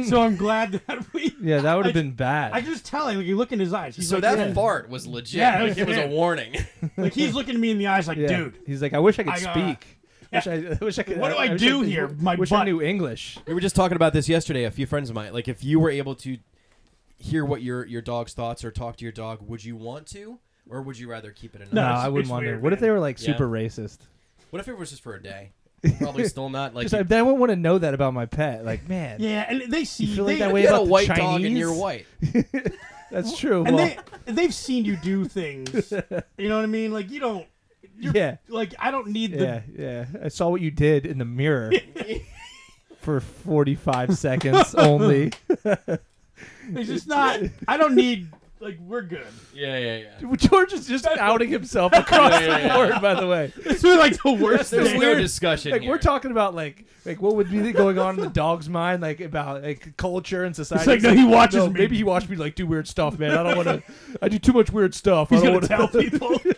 B: so I'm glad that we.
D: yeah, that would
B: I-
D: have been bad.
B: I can just tell him. Like, you look in his eyes. He's
C: So
B: like,
C: that
B: yeah.
C: fart was legit.
B: Yeah, it
C: Like,
B: was-
C: it was
B: yeah.
C: a warning.
B: Like he's looking me in the eyes, like,
D: Yeah.
B: dude,
D: he's like, I wish I could
B: I, uh,
D: speak. Wish I, I wish I could.
B: What do I
D: wish
B: do
D: could-
B: here? My
D: wish I
B: butt."
D: knew English.
C: We were just talking about this yesterday. A few friends of mine, like if you were able to hear what your your dog's thoughts or talk to your dog, would you want to, or would you rather keep it?
D: No,
B: No,
C: Anonymous?
B: it's-
D: I
B: it's
D: wouldn't want to.
B: weird,
D: What if
B: man.
D: they were like
C: Yeah.
D: super racist?
C: What if it was just for a day? Probably still not. Like
D: Just, I, I wouldn't want to know that about my pet. Like, man,
B: yeah, and they see
D: feel like
B: they-
D: that
C: if
D: way
C: you had a
D: about the
C: white dog and
D: Chinese?
C: you're white.
D: that's true.
B: and
D: well,
B: they they've seen you do things. you know what I mean? Like you don't. You're,
D: Yeah.
B: Like I don't need the.
D: yeah, yeah. I saw what you did in the mirror for 45 seconds only.
B: It's just not. I don't need. Like we're good.
C: Yeah, yeah, yeah.
D: George is just outing himself across
C: Yeah, yeah, yeah.
D: the board. By the way,
B: It's been like the worst
C: There's
B: thing.
C: no discussion.
D: like
C: here.
D: we're talking about like like what would be going on in the dog's mind, like about like culture and society.
B: It's like, no, he watches
D: no,
B: me.
D: Maybe he watched me like do weird stuff, man. I don't want to. I do too much weird stuff.
B: He's
D: I don't
B: gonna
D: want
B: tell people.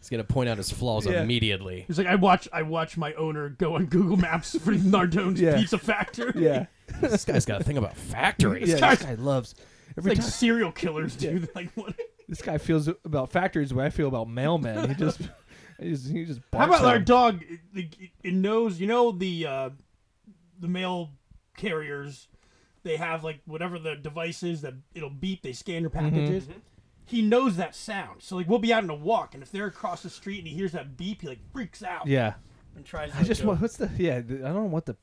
C: He's gonna point out his flaws
D: Yeah.
C: immediately.
B: He's like, I watch. I watch my owner go on Google Maps for Nardone's
D: Yeah.
B: Pizza Factory.
D: Yeah,
C: this guy's got a thing about factories.
D: yeah.
B: guy's-
D: This guy loves.
B: It's
D: Every
B: like
D: time
B: serial killers do. Like what?
D: this guy feels about factories the way I feel about mailmen. He just, he just, he just.
B: How
D: barks
B: about
D: at
B: our
D: him.
B: dog? It, it, it knows, you know, the uh, the mail carriers. They have like whatever the device is that it'll beep. They scan your packages. He knows that sound, so like we'll be out on a walk, and if they're across the street and he hears that beep, he like freaks out
D: Yeah,
B: and tries. To,
D: I
B: like,
D: just
B: go-
D: want. What's the? Yeah, the, I don't know what the,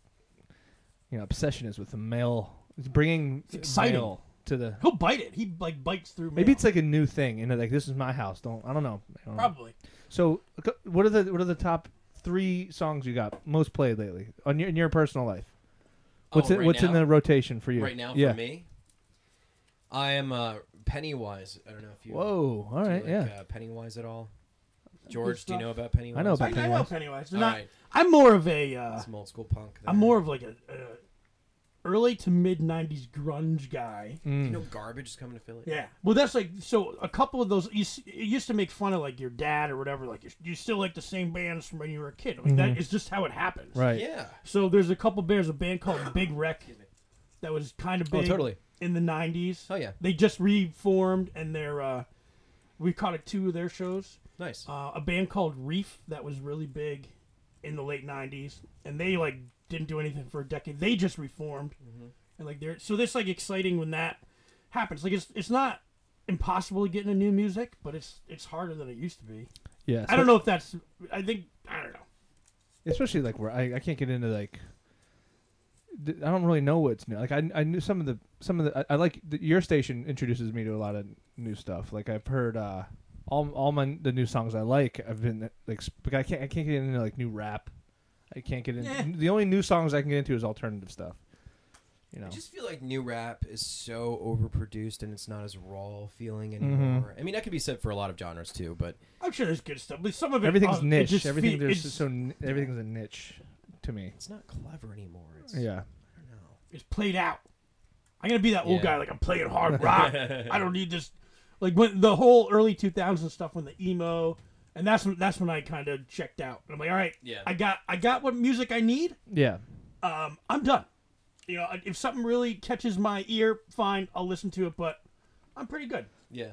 D: you know, obsession is with the mail. It's bringing
B: exciting.
D: mail to the.
B: He'll bite it. He like bites through.
D: Maybe
B: mail.
D: it's like a new thing, and they're like, "This is my house." Don't I don't know. I don't know.
B: probably.
D: So, c- what are the what are the top three songs you got most played lately on your in your personal life? What's
C: Oh,
D: it,
C: right
D: what's in
C: now?
D: the rotation for you
C: right now
D: yeah.
C: for me. I am uh, Pennywise. I don't know if you.
D: Whoa! All
C: do you
D: right,
C: like,
D: yeah.
C: uh, Pennywise at all? George, do you
B: stuff.
C: know about Pennywise?
D: I know
B: I,
D: about
B: I know
D: Pennywise.
B: Pennywise. They're
C: All
B: not.
C: right.
B: I'm more of a. Uh,
C: Some old school punk.
B: I'm
C: there.
B: more of like a, a early to mid '90s grunge guy.
D: Mm.
C: You know, garbage is coming to Philly.
B: Yeah. Well, that's like so. A couple of those you, s- it used to make fun of like your dad or whatever. Like you, you still like the same bands from when you were a kid. Like that
C: Mm-hmm.
B: is just how it happens.
D: Right.
C: Yeah.
B: So there's a couple bands. A band called Big Wreck that was kind of
C: Oh,
B: big
C: totally.
B: in the '90s.
C: Oh, yeah.
B: They just reformed and they're uh, we caught at two of their shows.
C: Nice.
B: Uh, a band called Reef that was really big in the late '90s, and they like didn't do anything for a decade. They just reformed,
C: Mm-hmm.
B: and like they're so this like exciting when that happens. Like it's it's not impossible to get into new music, but it's it's harder than it used to be.
D: Yeah.
B: I don't know if that's. I think I don't know.
D: especially like where I, I can't get into like th- I don't really know what's new. Like I, I knew some of the some of the I, I like the, your station introduces me to a lot of new stuff. Like I've heard uh all all my the new songs I like. I've been like sp- I can't I can't get into like new rap. I can't get into
B: Yeah.
D: the only new songs I can get into is alternative stuff. You know.
C: I just feel like new rap is so overproduced and it's not as raw feeling
D: Mm-hmm.
C: anymore. I mean, that could be said for a lot of genres too, but
B: I'm sure there's good stuff, but some of it
D: Everything's
B: uh, it
D: niche.
B: just
D: Everything
B: fe-
D: there's
B: it's,
D: so n- everything's a niche to me.
C: it's not clever anymore. It's,
D: Yeah.
C: I don't know.
B: it's played out. I'm gonna be that old
C: Yeah.
B: guy. Like I'm playing hard rock. I don't need this. Like when the whole early 2000s stuff when the emo, and that's when that's when I kind of checked out. And I'm like, all right,
C: Yeah.
B: I got I got what music I need.
D: Yeah.
B: Um, I'm done. You know, if something really catches my ear, fine, I'll listen to it. But I'm pretty good.
C: Yeah.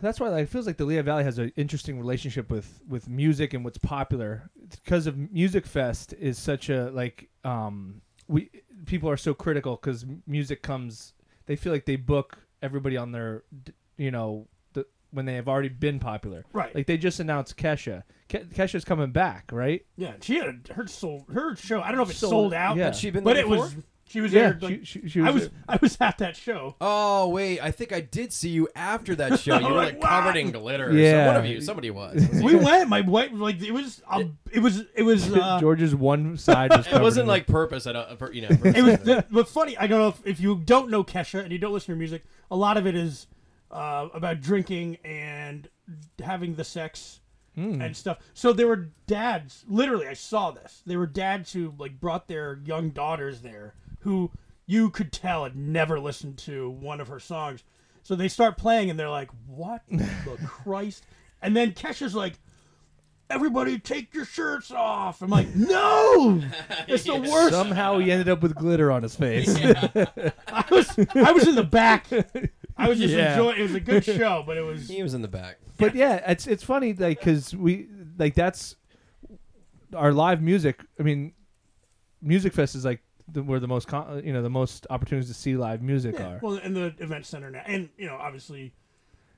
D: That's why like, it feels like the Lehigh Valley has an interesting relationship with with music and what's popular because of Music Fest is such a like um we people are so critical because music comes they feel like they book everybody on their d- you know the, when they have already been popular
B: Right.
D: like they just announced Kesha Ke- Kesha's coming back right
B: Yeah, she had her sold her show. I don't know if it sold,
D: Sold-
B: out,
D: yeah.
C: Had she been
B: but
C: there
B: it was
C: before?
B: she was
D: Yeah,
B: there. Like,
D: she- she- she was
B: I was
D: there.
B: I was at that show.
C: Oh wait, I think I did see you after that show. You were
B: Like,
C: like covered in
B: what?
C: glitter.
D: Yeah.
C: Yeah. One of you, somebody was.
B: We went. My wife like it was. Um, it was. It was. Uh,
D: George's one side was
C: It wasn't
D: covered in-
C: like purpose at a, you know. purpose.
B: it was the, but funny. I don't know if, if you don't know Kesha and you don't listen to her music. A lot of it is uh, about drinking and having the sex and stuff. So there were dads. Literally, I saw this. There were dads who like brought their young daughters there who you could tell had never listened to one of her songs. So they start playing and they're like, what the Christ? And then Kesha's like, everybody take your shirts off. I'm like, no, it's the worst.
D: Somehow he ended up with glitter on his face.
B: I was, I was in the back. I was just
D: Yeah.
B: enjoying. It was a good show, but it was.
C: He was in the back.
D: but yeah, it's it's funny like because we like that's our live music. I mean, Music Fest is like the, where the most con- you know the most opportunities to see live music are.
B: Well, in the event center now, and you know, obviously,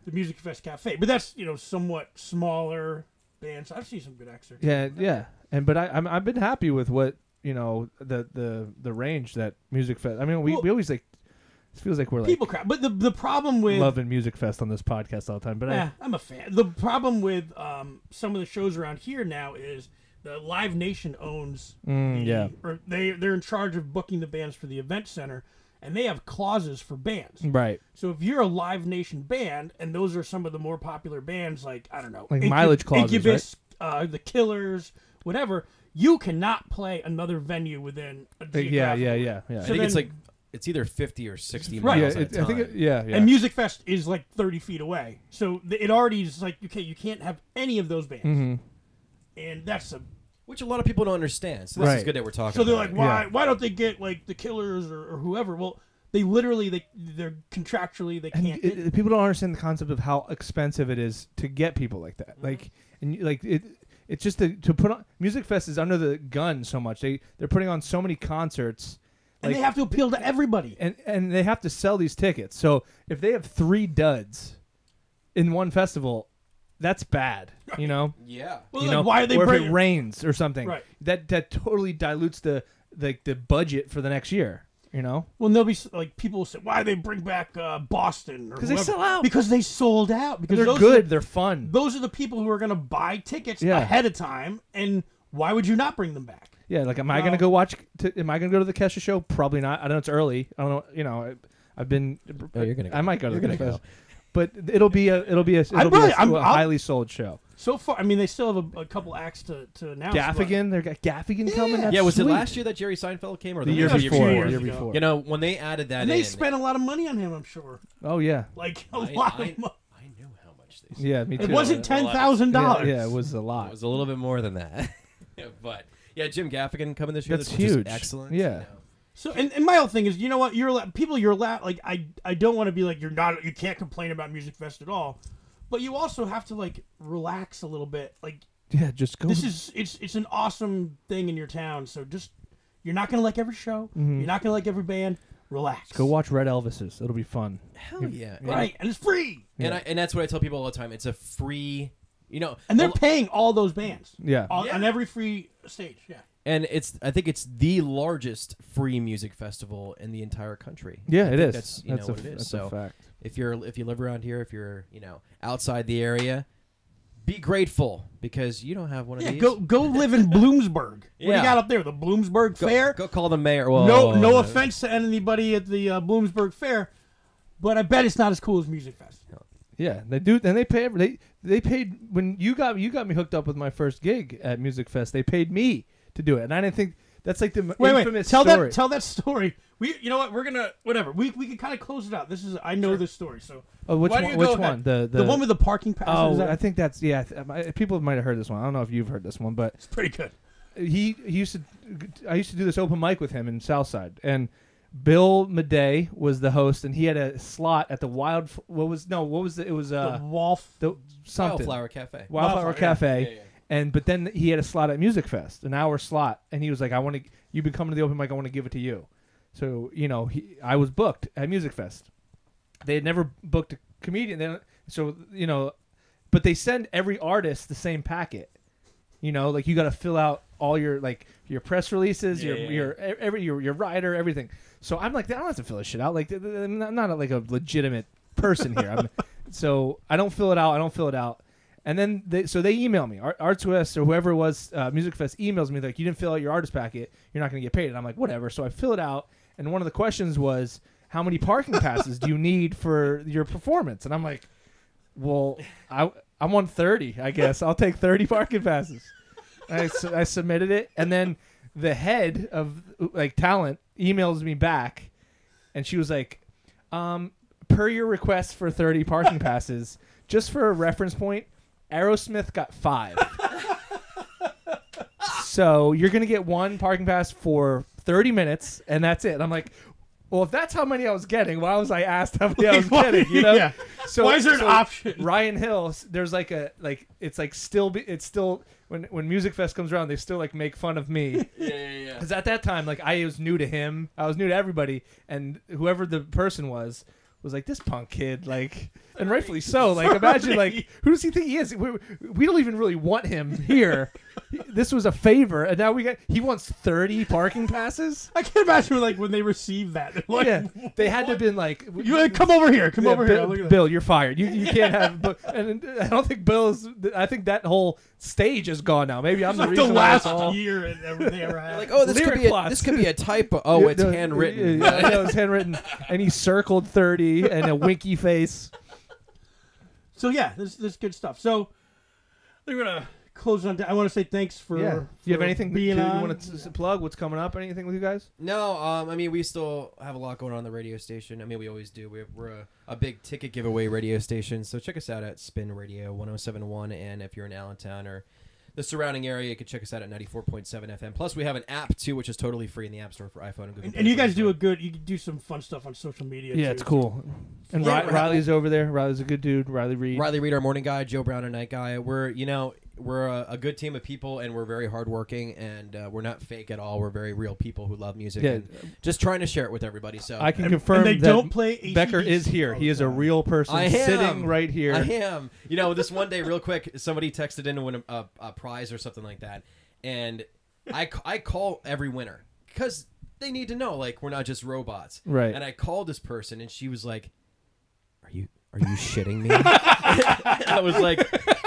B: the Music Fest Cafe, but that's you know somewhat smaller bands. I've seen some good acts there.
D: yeah, yeah, and but I I'm, I've been happy with what you know the the the range that Music Fest. I mean, we,
B: Well-
D: we always like it feels like we're like
B: People crap, but the the problem with
D: loving Music Fest on this podcast all the time. But
B: Eh, I'm a fan. The problem with um, some of the shows around here now is the Live Nation owns. the-
D: Mm, yeah.
B: or they they're in charge of booking the bands for the event center, and they have clauses for bands.
D: I, right,
B: So if you're a Live Nation band, and those are some of the more popular bands, like I don't know,
D: Like mileage clauses,
B: Incubus, uh, the Killers, whatever, you cannot play another venue within. A
D: Uh, yeah,
B: geographic-
D: yeah, yeah, yeah.
C: I
B: So
C: think it's
B: then-
C: like it's either fifty or sixty
B: Right.
D: yeah,
C: miles at
D: it-
C: a time.
D: I think it, yeah, yeah.
B: And Music Fest is like 30 feet away, so th- it already is like okay, you can't have any of those bands,
D: Mm-hmm.
B: and that's a.
C: which a lot of people don't understand. So this
D: Right.
C: is good that we're talking.
B: So they're
C: about
B: like,
C: it.
B: why
D: Yeah.
B: why don't they get like the Killers or, or whoever? Well, they literally they they're contractually they
D: and
B: can't.
D: it-
B: get-
D: it- people don't understand the concept of how expensive it is to get people like
B: Mm-hmm.
D: that. Like and you- like it, it's just to, to put on Music Fest is under the gun so much. They they're putting on so many concerts,
B: and they have to appeal to everybody.
D: and and they have to sell these tickets. So if they have three duds in one festival, that's bad. You know.
C: yeah.
B: Well,
D: you
B: like,
D: know,
B: why are they
D: or if
B: bringing?
D: it rains or something,
B: Right.
D: that that totally dilutes the like the budget for the next year. You know,
B: Well, they'll be s- like people will say, "Why they bring back uh, Boston?" Because
D: they sell out.
B: Because they sold out. Because
D: they're
B: those
D: good,
B: Are,
D: they're fun.
B: those are the people who are going to buy tickets
D: Yeah.
B: ahead of time. And why would you not bring them back?
D: Yeah, like, am I gonna
B: Well-
D: go watch? T- am I gonna go to the Kesha show? Probably not. I don't know. It's early. I don't know. You know, I, I've been.
C: Oh, you're gonna
D: I
C: go.
D: might go to
C: You're
D: the
C: gonna
D: Kesha,
C: go.
D: show. but it'll be a it'll be a, it'll be
B: probably-
D: a,
B: I'm-
D: a
B: I'll-
D: highly sold show.
B: So far, I mean, they still have a, a couple acts to, to announce. but-
D: Gaffigan, they got Gaffigan coming. That's
C: yeah, was
D: sweet.
C: it last year that Jerry Seinfeld came or
D: The
C: the,
D: year
B: Yeah, it was
D: before.
B: two
D: the
B: years
D: year
B: ago.
D: before.
C: You know, when they added that
B: And
C: in,
B: they spent a lot of money on him, I'm sure.
D: Oh yeah,
B: Like a
C: I,
B: lot
C: I,
B: of money.
C: I knew how much they.
D: yeah. Me too.
B: It wasn't
C: a lot.
B: ten thousand
D: Yeah,
B: dollars.
D: yeah, it was a
C: It
D: lot.
C: was a little bit more than that. Yeah, but yeah, Jim Gaffigan coming this year.
D: That's
C: just
D: huge.
C: excellent.
D: Yeah.
C: you know.
B: So, and, and my whole thing is, you know what? You're allo- people. You're allowed. Like, I I don't want to be like you're not. You can't complain about Music Fest at all, but you also have to like relax a little bit. Like,
D: Yeah, just go.
B: this is it's it's an awesome thing in your town. So just you're not gonna like every show. You're not gonna like every band. Relax.
D: go watch Red Elvises. It'll be fun.
C: Hell yeah. And-
B: Right, and it's free,
C: And I, and that's what I tell people all the time. It's a free, you know,
B: and they're
C: a-
B: paying all those bands.
D: Yeah.
B: all,
C: Yeah.
B: on every free stage. Yeah.
C: and it's I think it's the largest free music festival in the entire country.
D: Yeah,
C: I
D: it
C: think That's
D: is. That's,
C: you know
D: a,
C: what it is.
D: that's
C: so
D: a fact.
C: if you're if you live around here, if you're you know outside the area, be grateful because you don't have one of
B: Yeah,
C: these.
B: go go live in Bloomsburg. What do you
C: Yeah.
B: got up there? The Bloomsburg
C: Go-
B: Fair.
C: Go call the mayor. Well,
B: no, Oh, no
C: uh,
B: offense to anybody at the uh, Bloomsburg Fair, but I bet it's not as cool as Music Fest.
D: Yeah, they do. Then they pay. every- They they paid when you got you got me hooked up with my first gig at Music Fest. They paid me to do it, and I didn't think that's like the m-
B: Wait, wait,
D: infamous
B: tell
D: story.
B: that tell that story. We, you know what? We're gonna whatever. We, we can kind of close it out. This is I know this story. So
D: Oh, which
B: Why
D: one?
B: don't you
D: Which
B: go ahead?
D: one? The, the
B: the, one with the parking passes.
D: Oh,
B: is that-
D: I think that's yeah. I th- I- people might have heard this one. I don't know if you've heard this one, but
B: it's pretty good.
D: he, he used to I used to do this open mic with him in Southside, and Bill Madey was the host, and he had a slot at the Wild. What was no? What was the, it was
B: The
D: uh
B: Wolf.
D: the something
C: Wildflower Cafe.
D: Wildflower,
B: Wildflower, yeah.
D: Cafe.
C: Yeah, yeah.
D: And but then he had a slot at Music Fest, an hour slot, and he was like, "I want to. You've been coming to the open mic. I want to give it to you." So you know, he I was booked at Music Fest. They had never booked a comedian. They, so you know, but they send every artist the same packet. You know, like you got to fill out all your like your press releases, your
C: Yeah, yeah,
D: your e, every your your writer, everything. So I'm like, I don't have to fill this shit out. Like th- th- I'm not, I'm not like a legitimate person here. I'm, so I don't fill it out. I don't fill it out. And then they, so they email me, Ar- Arts West or whoever it was, uh, Music Fest emails me like, you didn't fill out your artist packet. You're not going to get paid. And I'm like, whatever. So I fill it out, and one of the questions was, how many parking passes do you need for your performance? And I'm like, well, I I'm on 30, I guess. I'll take 30 parking passes. I, su- I submitted it, and then the head of like talent emails me back, and she was like, um, per your request for 30 parking passes, just for a reference point, Aerosmith got five. so you're going to get one parking pass for 30 minutes, and that's it. I'm like, well, if that's how many I was getting, why was I asked how many I was
B: Why-
D: getting? You know?
B: yeah.
D: So
B: Why is there an
D: so
B: option?
D: Ryan Hill, s- there's like a like it's like still be, it's still when when Music Fest comes around, they still like make fun of me
C: Yeah, yeah, yeah.
D: because at that time, like I was new to him, I was new to everybody, and whoever the person was was like this punk kid, like, and rightfully so. Like, imagine like who does he think he is? We, we don't even really want him here. this was a favor, and now we got he wants thirty parking passes.
B: I can't imagine like when they receive that. they're Like,
D: yeah, they had to have been like
B: You like, come over here. Come
D: yeah,
B: over
D: Bill,
B: here. Look at that.
D: Bill, you're fired. You, you can't have. But, and I don't think Bill's. I think that whole stage is gone now. Maybe I'm
B: It's
D: the
B: like the
D: reason why it's
B: last
D: all.
B: year and everything they ever had.
C: Like, oh, this could
D: Lyric
C: be a,
D: plots.
C: this could be a typo. Oh, it's
D: No,
C: handwritten.
D: yeah, I know it's handwritten, and he circled thirty and a winky face.
B: So yeah, this this is good stuff. So we're gonna close on. I want to say thanks for.
D: yeah. Do you have
B: for
D: anything
B: being
D: to,
B: on.
D: you want to plug? What's coming up? Anything with you guys?
C: No, um, I mean, we still have a lot going on the radio station. I mean, we always do. We're, we're a, a big ticket giveaway radio station, so check us out at Spin Radio 1071. And if you're in Allentown or the surrounding area, you can check us out at 94.7 FM. Plus, we have an app, too, which is totally free in the App Store for iPhone and Google.
B: And,
C: Play
B: and you
C: Store.
B: guys do a good. You do some fun stuff on social media. too.
D: cool. And
C: Yeah,
D: Ri-
C: we're-
D: Riley's over there. Riley's a good dude. Riley Reed.
C: Riley Reed, our morning guy, Joe Brown, our night guy. We're, you know, we're a, a good team of people, and we're very hardworking, and uh, we're not fake at all. We're very real people who love music
D: Yeah.
C: and just trying to share it with everybody. So
D: I can
B: And,
D: confirm
B: and they
D: that
B: don't play.
D: Becker
B: AC/DC
D: is here.
B: all
D: He
B: the
D: is a
B: time.
D: real person
C: I am.
D: sitting right here.
C: I am. You know, this one day, real quick, somebody texted in to win a, a, a prize or something like that, and I ca- I call every winner because they need to know like we're not just robots,
D: Right.
C: And I called this person, and she was like, "Are you are you shitting me?" I was like,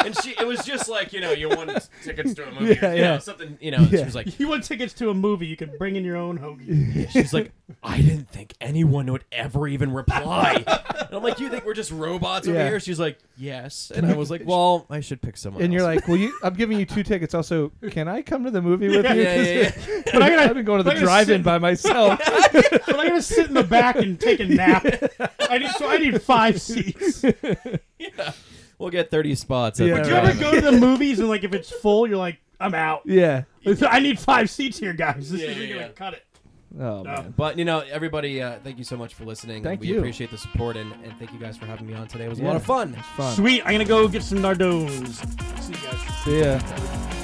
C: and she it was just like you know you won tickets to a movie,
D: Yeah,
C: or, you
D: yeah.
C: know, something you know. and
D: Yeah.
C: She was like,
B: You want tickets to a movie? You can bring in your own hoagie.
C: She's like, I didn't think anyone would ever even reply. And I'm like, you think we're just robots over
D: Yeah.
C: here? She's like, yes. And I was like, well, I should pick someone.
D: And you're
C: else."
D: like, well, you, I'm giving you two tickets. Also, can I come to the movie with
B: Yeah,
D: you?
C: yeah, yeah,
D: but I have been going to
B: but
D: the
B: I gotta
D: drive-in
B: sit-
D: by myself.
B: but I'm gonna sit in the back and take a nap. I need, so I need five seats. Do
C: we'll get 30 spots. At
D: Yeah,
C: the
D: right.
B: you ever
C: drive-in.
B: go to the movies and like if it's full, you're like, I'm out.
D: yeah.
B: I need five seats here, guys. This
C: Yeah,
B: isn't
C: yeah,
B: gonna
C: yeah.
B: cut it.
D: Oh man.
C: But, you know, everybody, uh, thank you so much for listening.
D: Thank
C: we
D: you.
C: appreciate the support, and, and thank you guys for having me on today. It was a
D: Yeah.
C: lot of fun.
D: It's fun.
B: Sweet. I'm gonna go get some Nardones. See you guys.
D: See ya.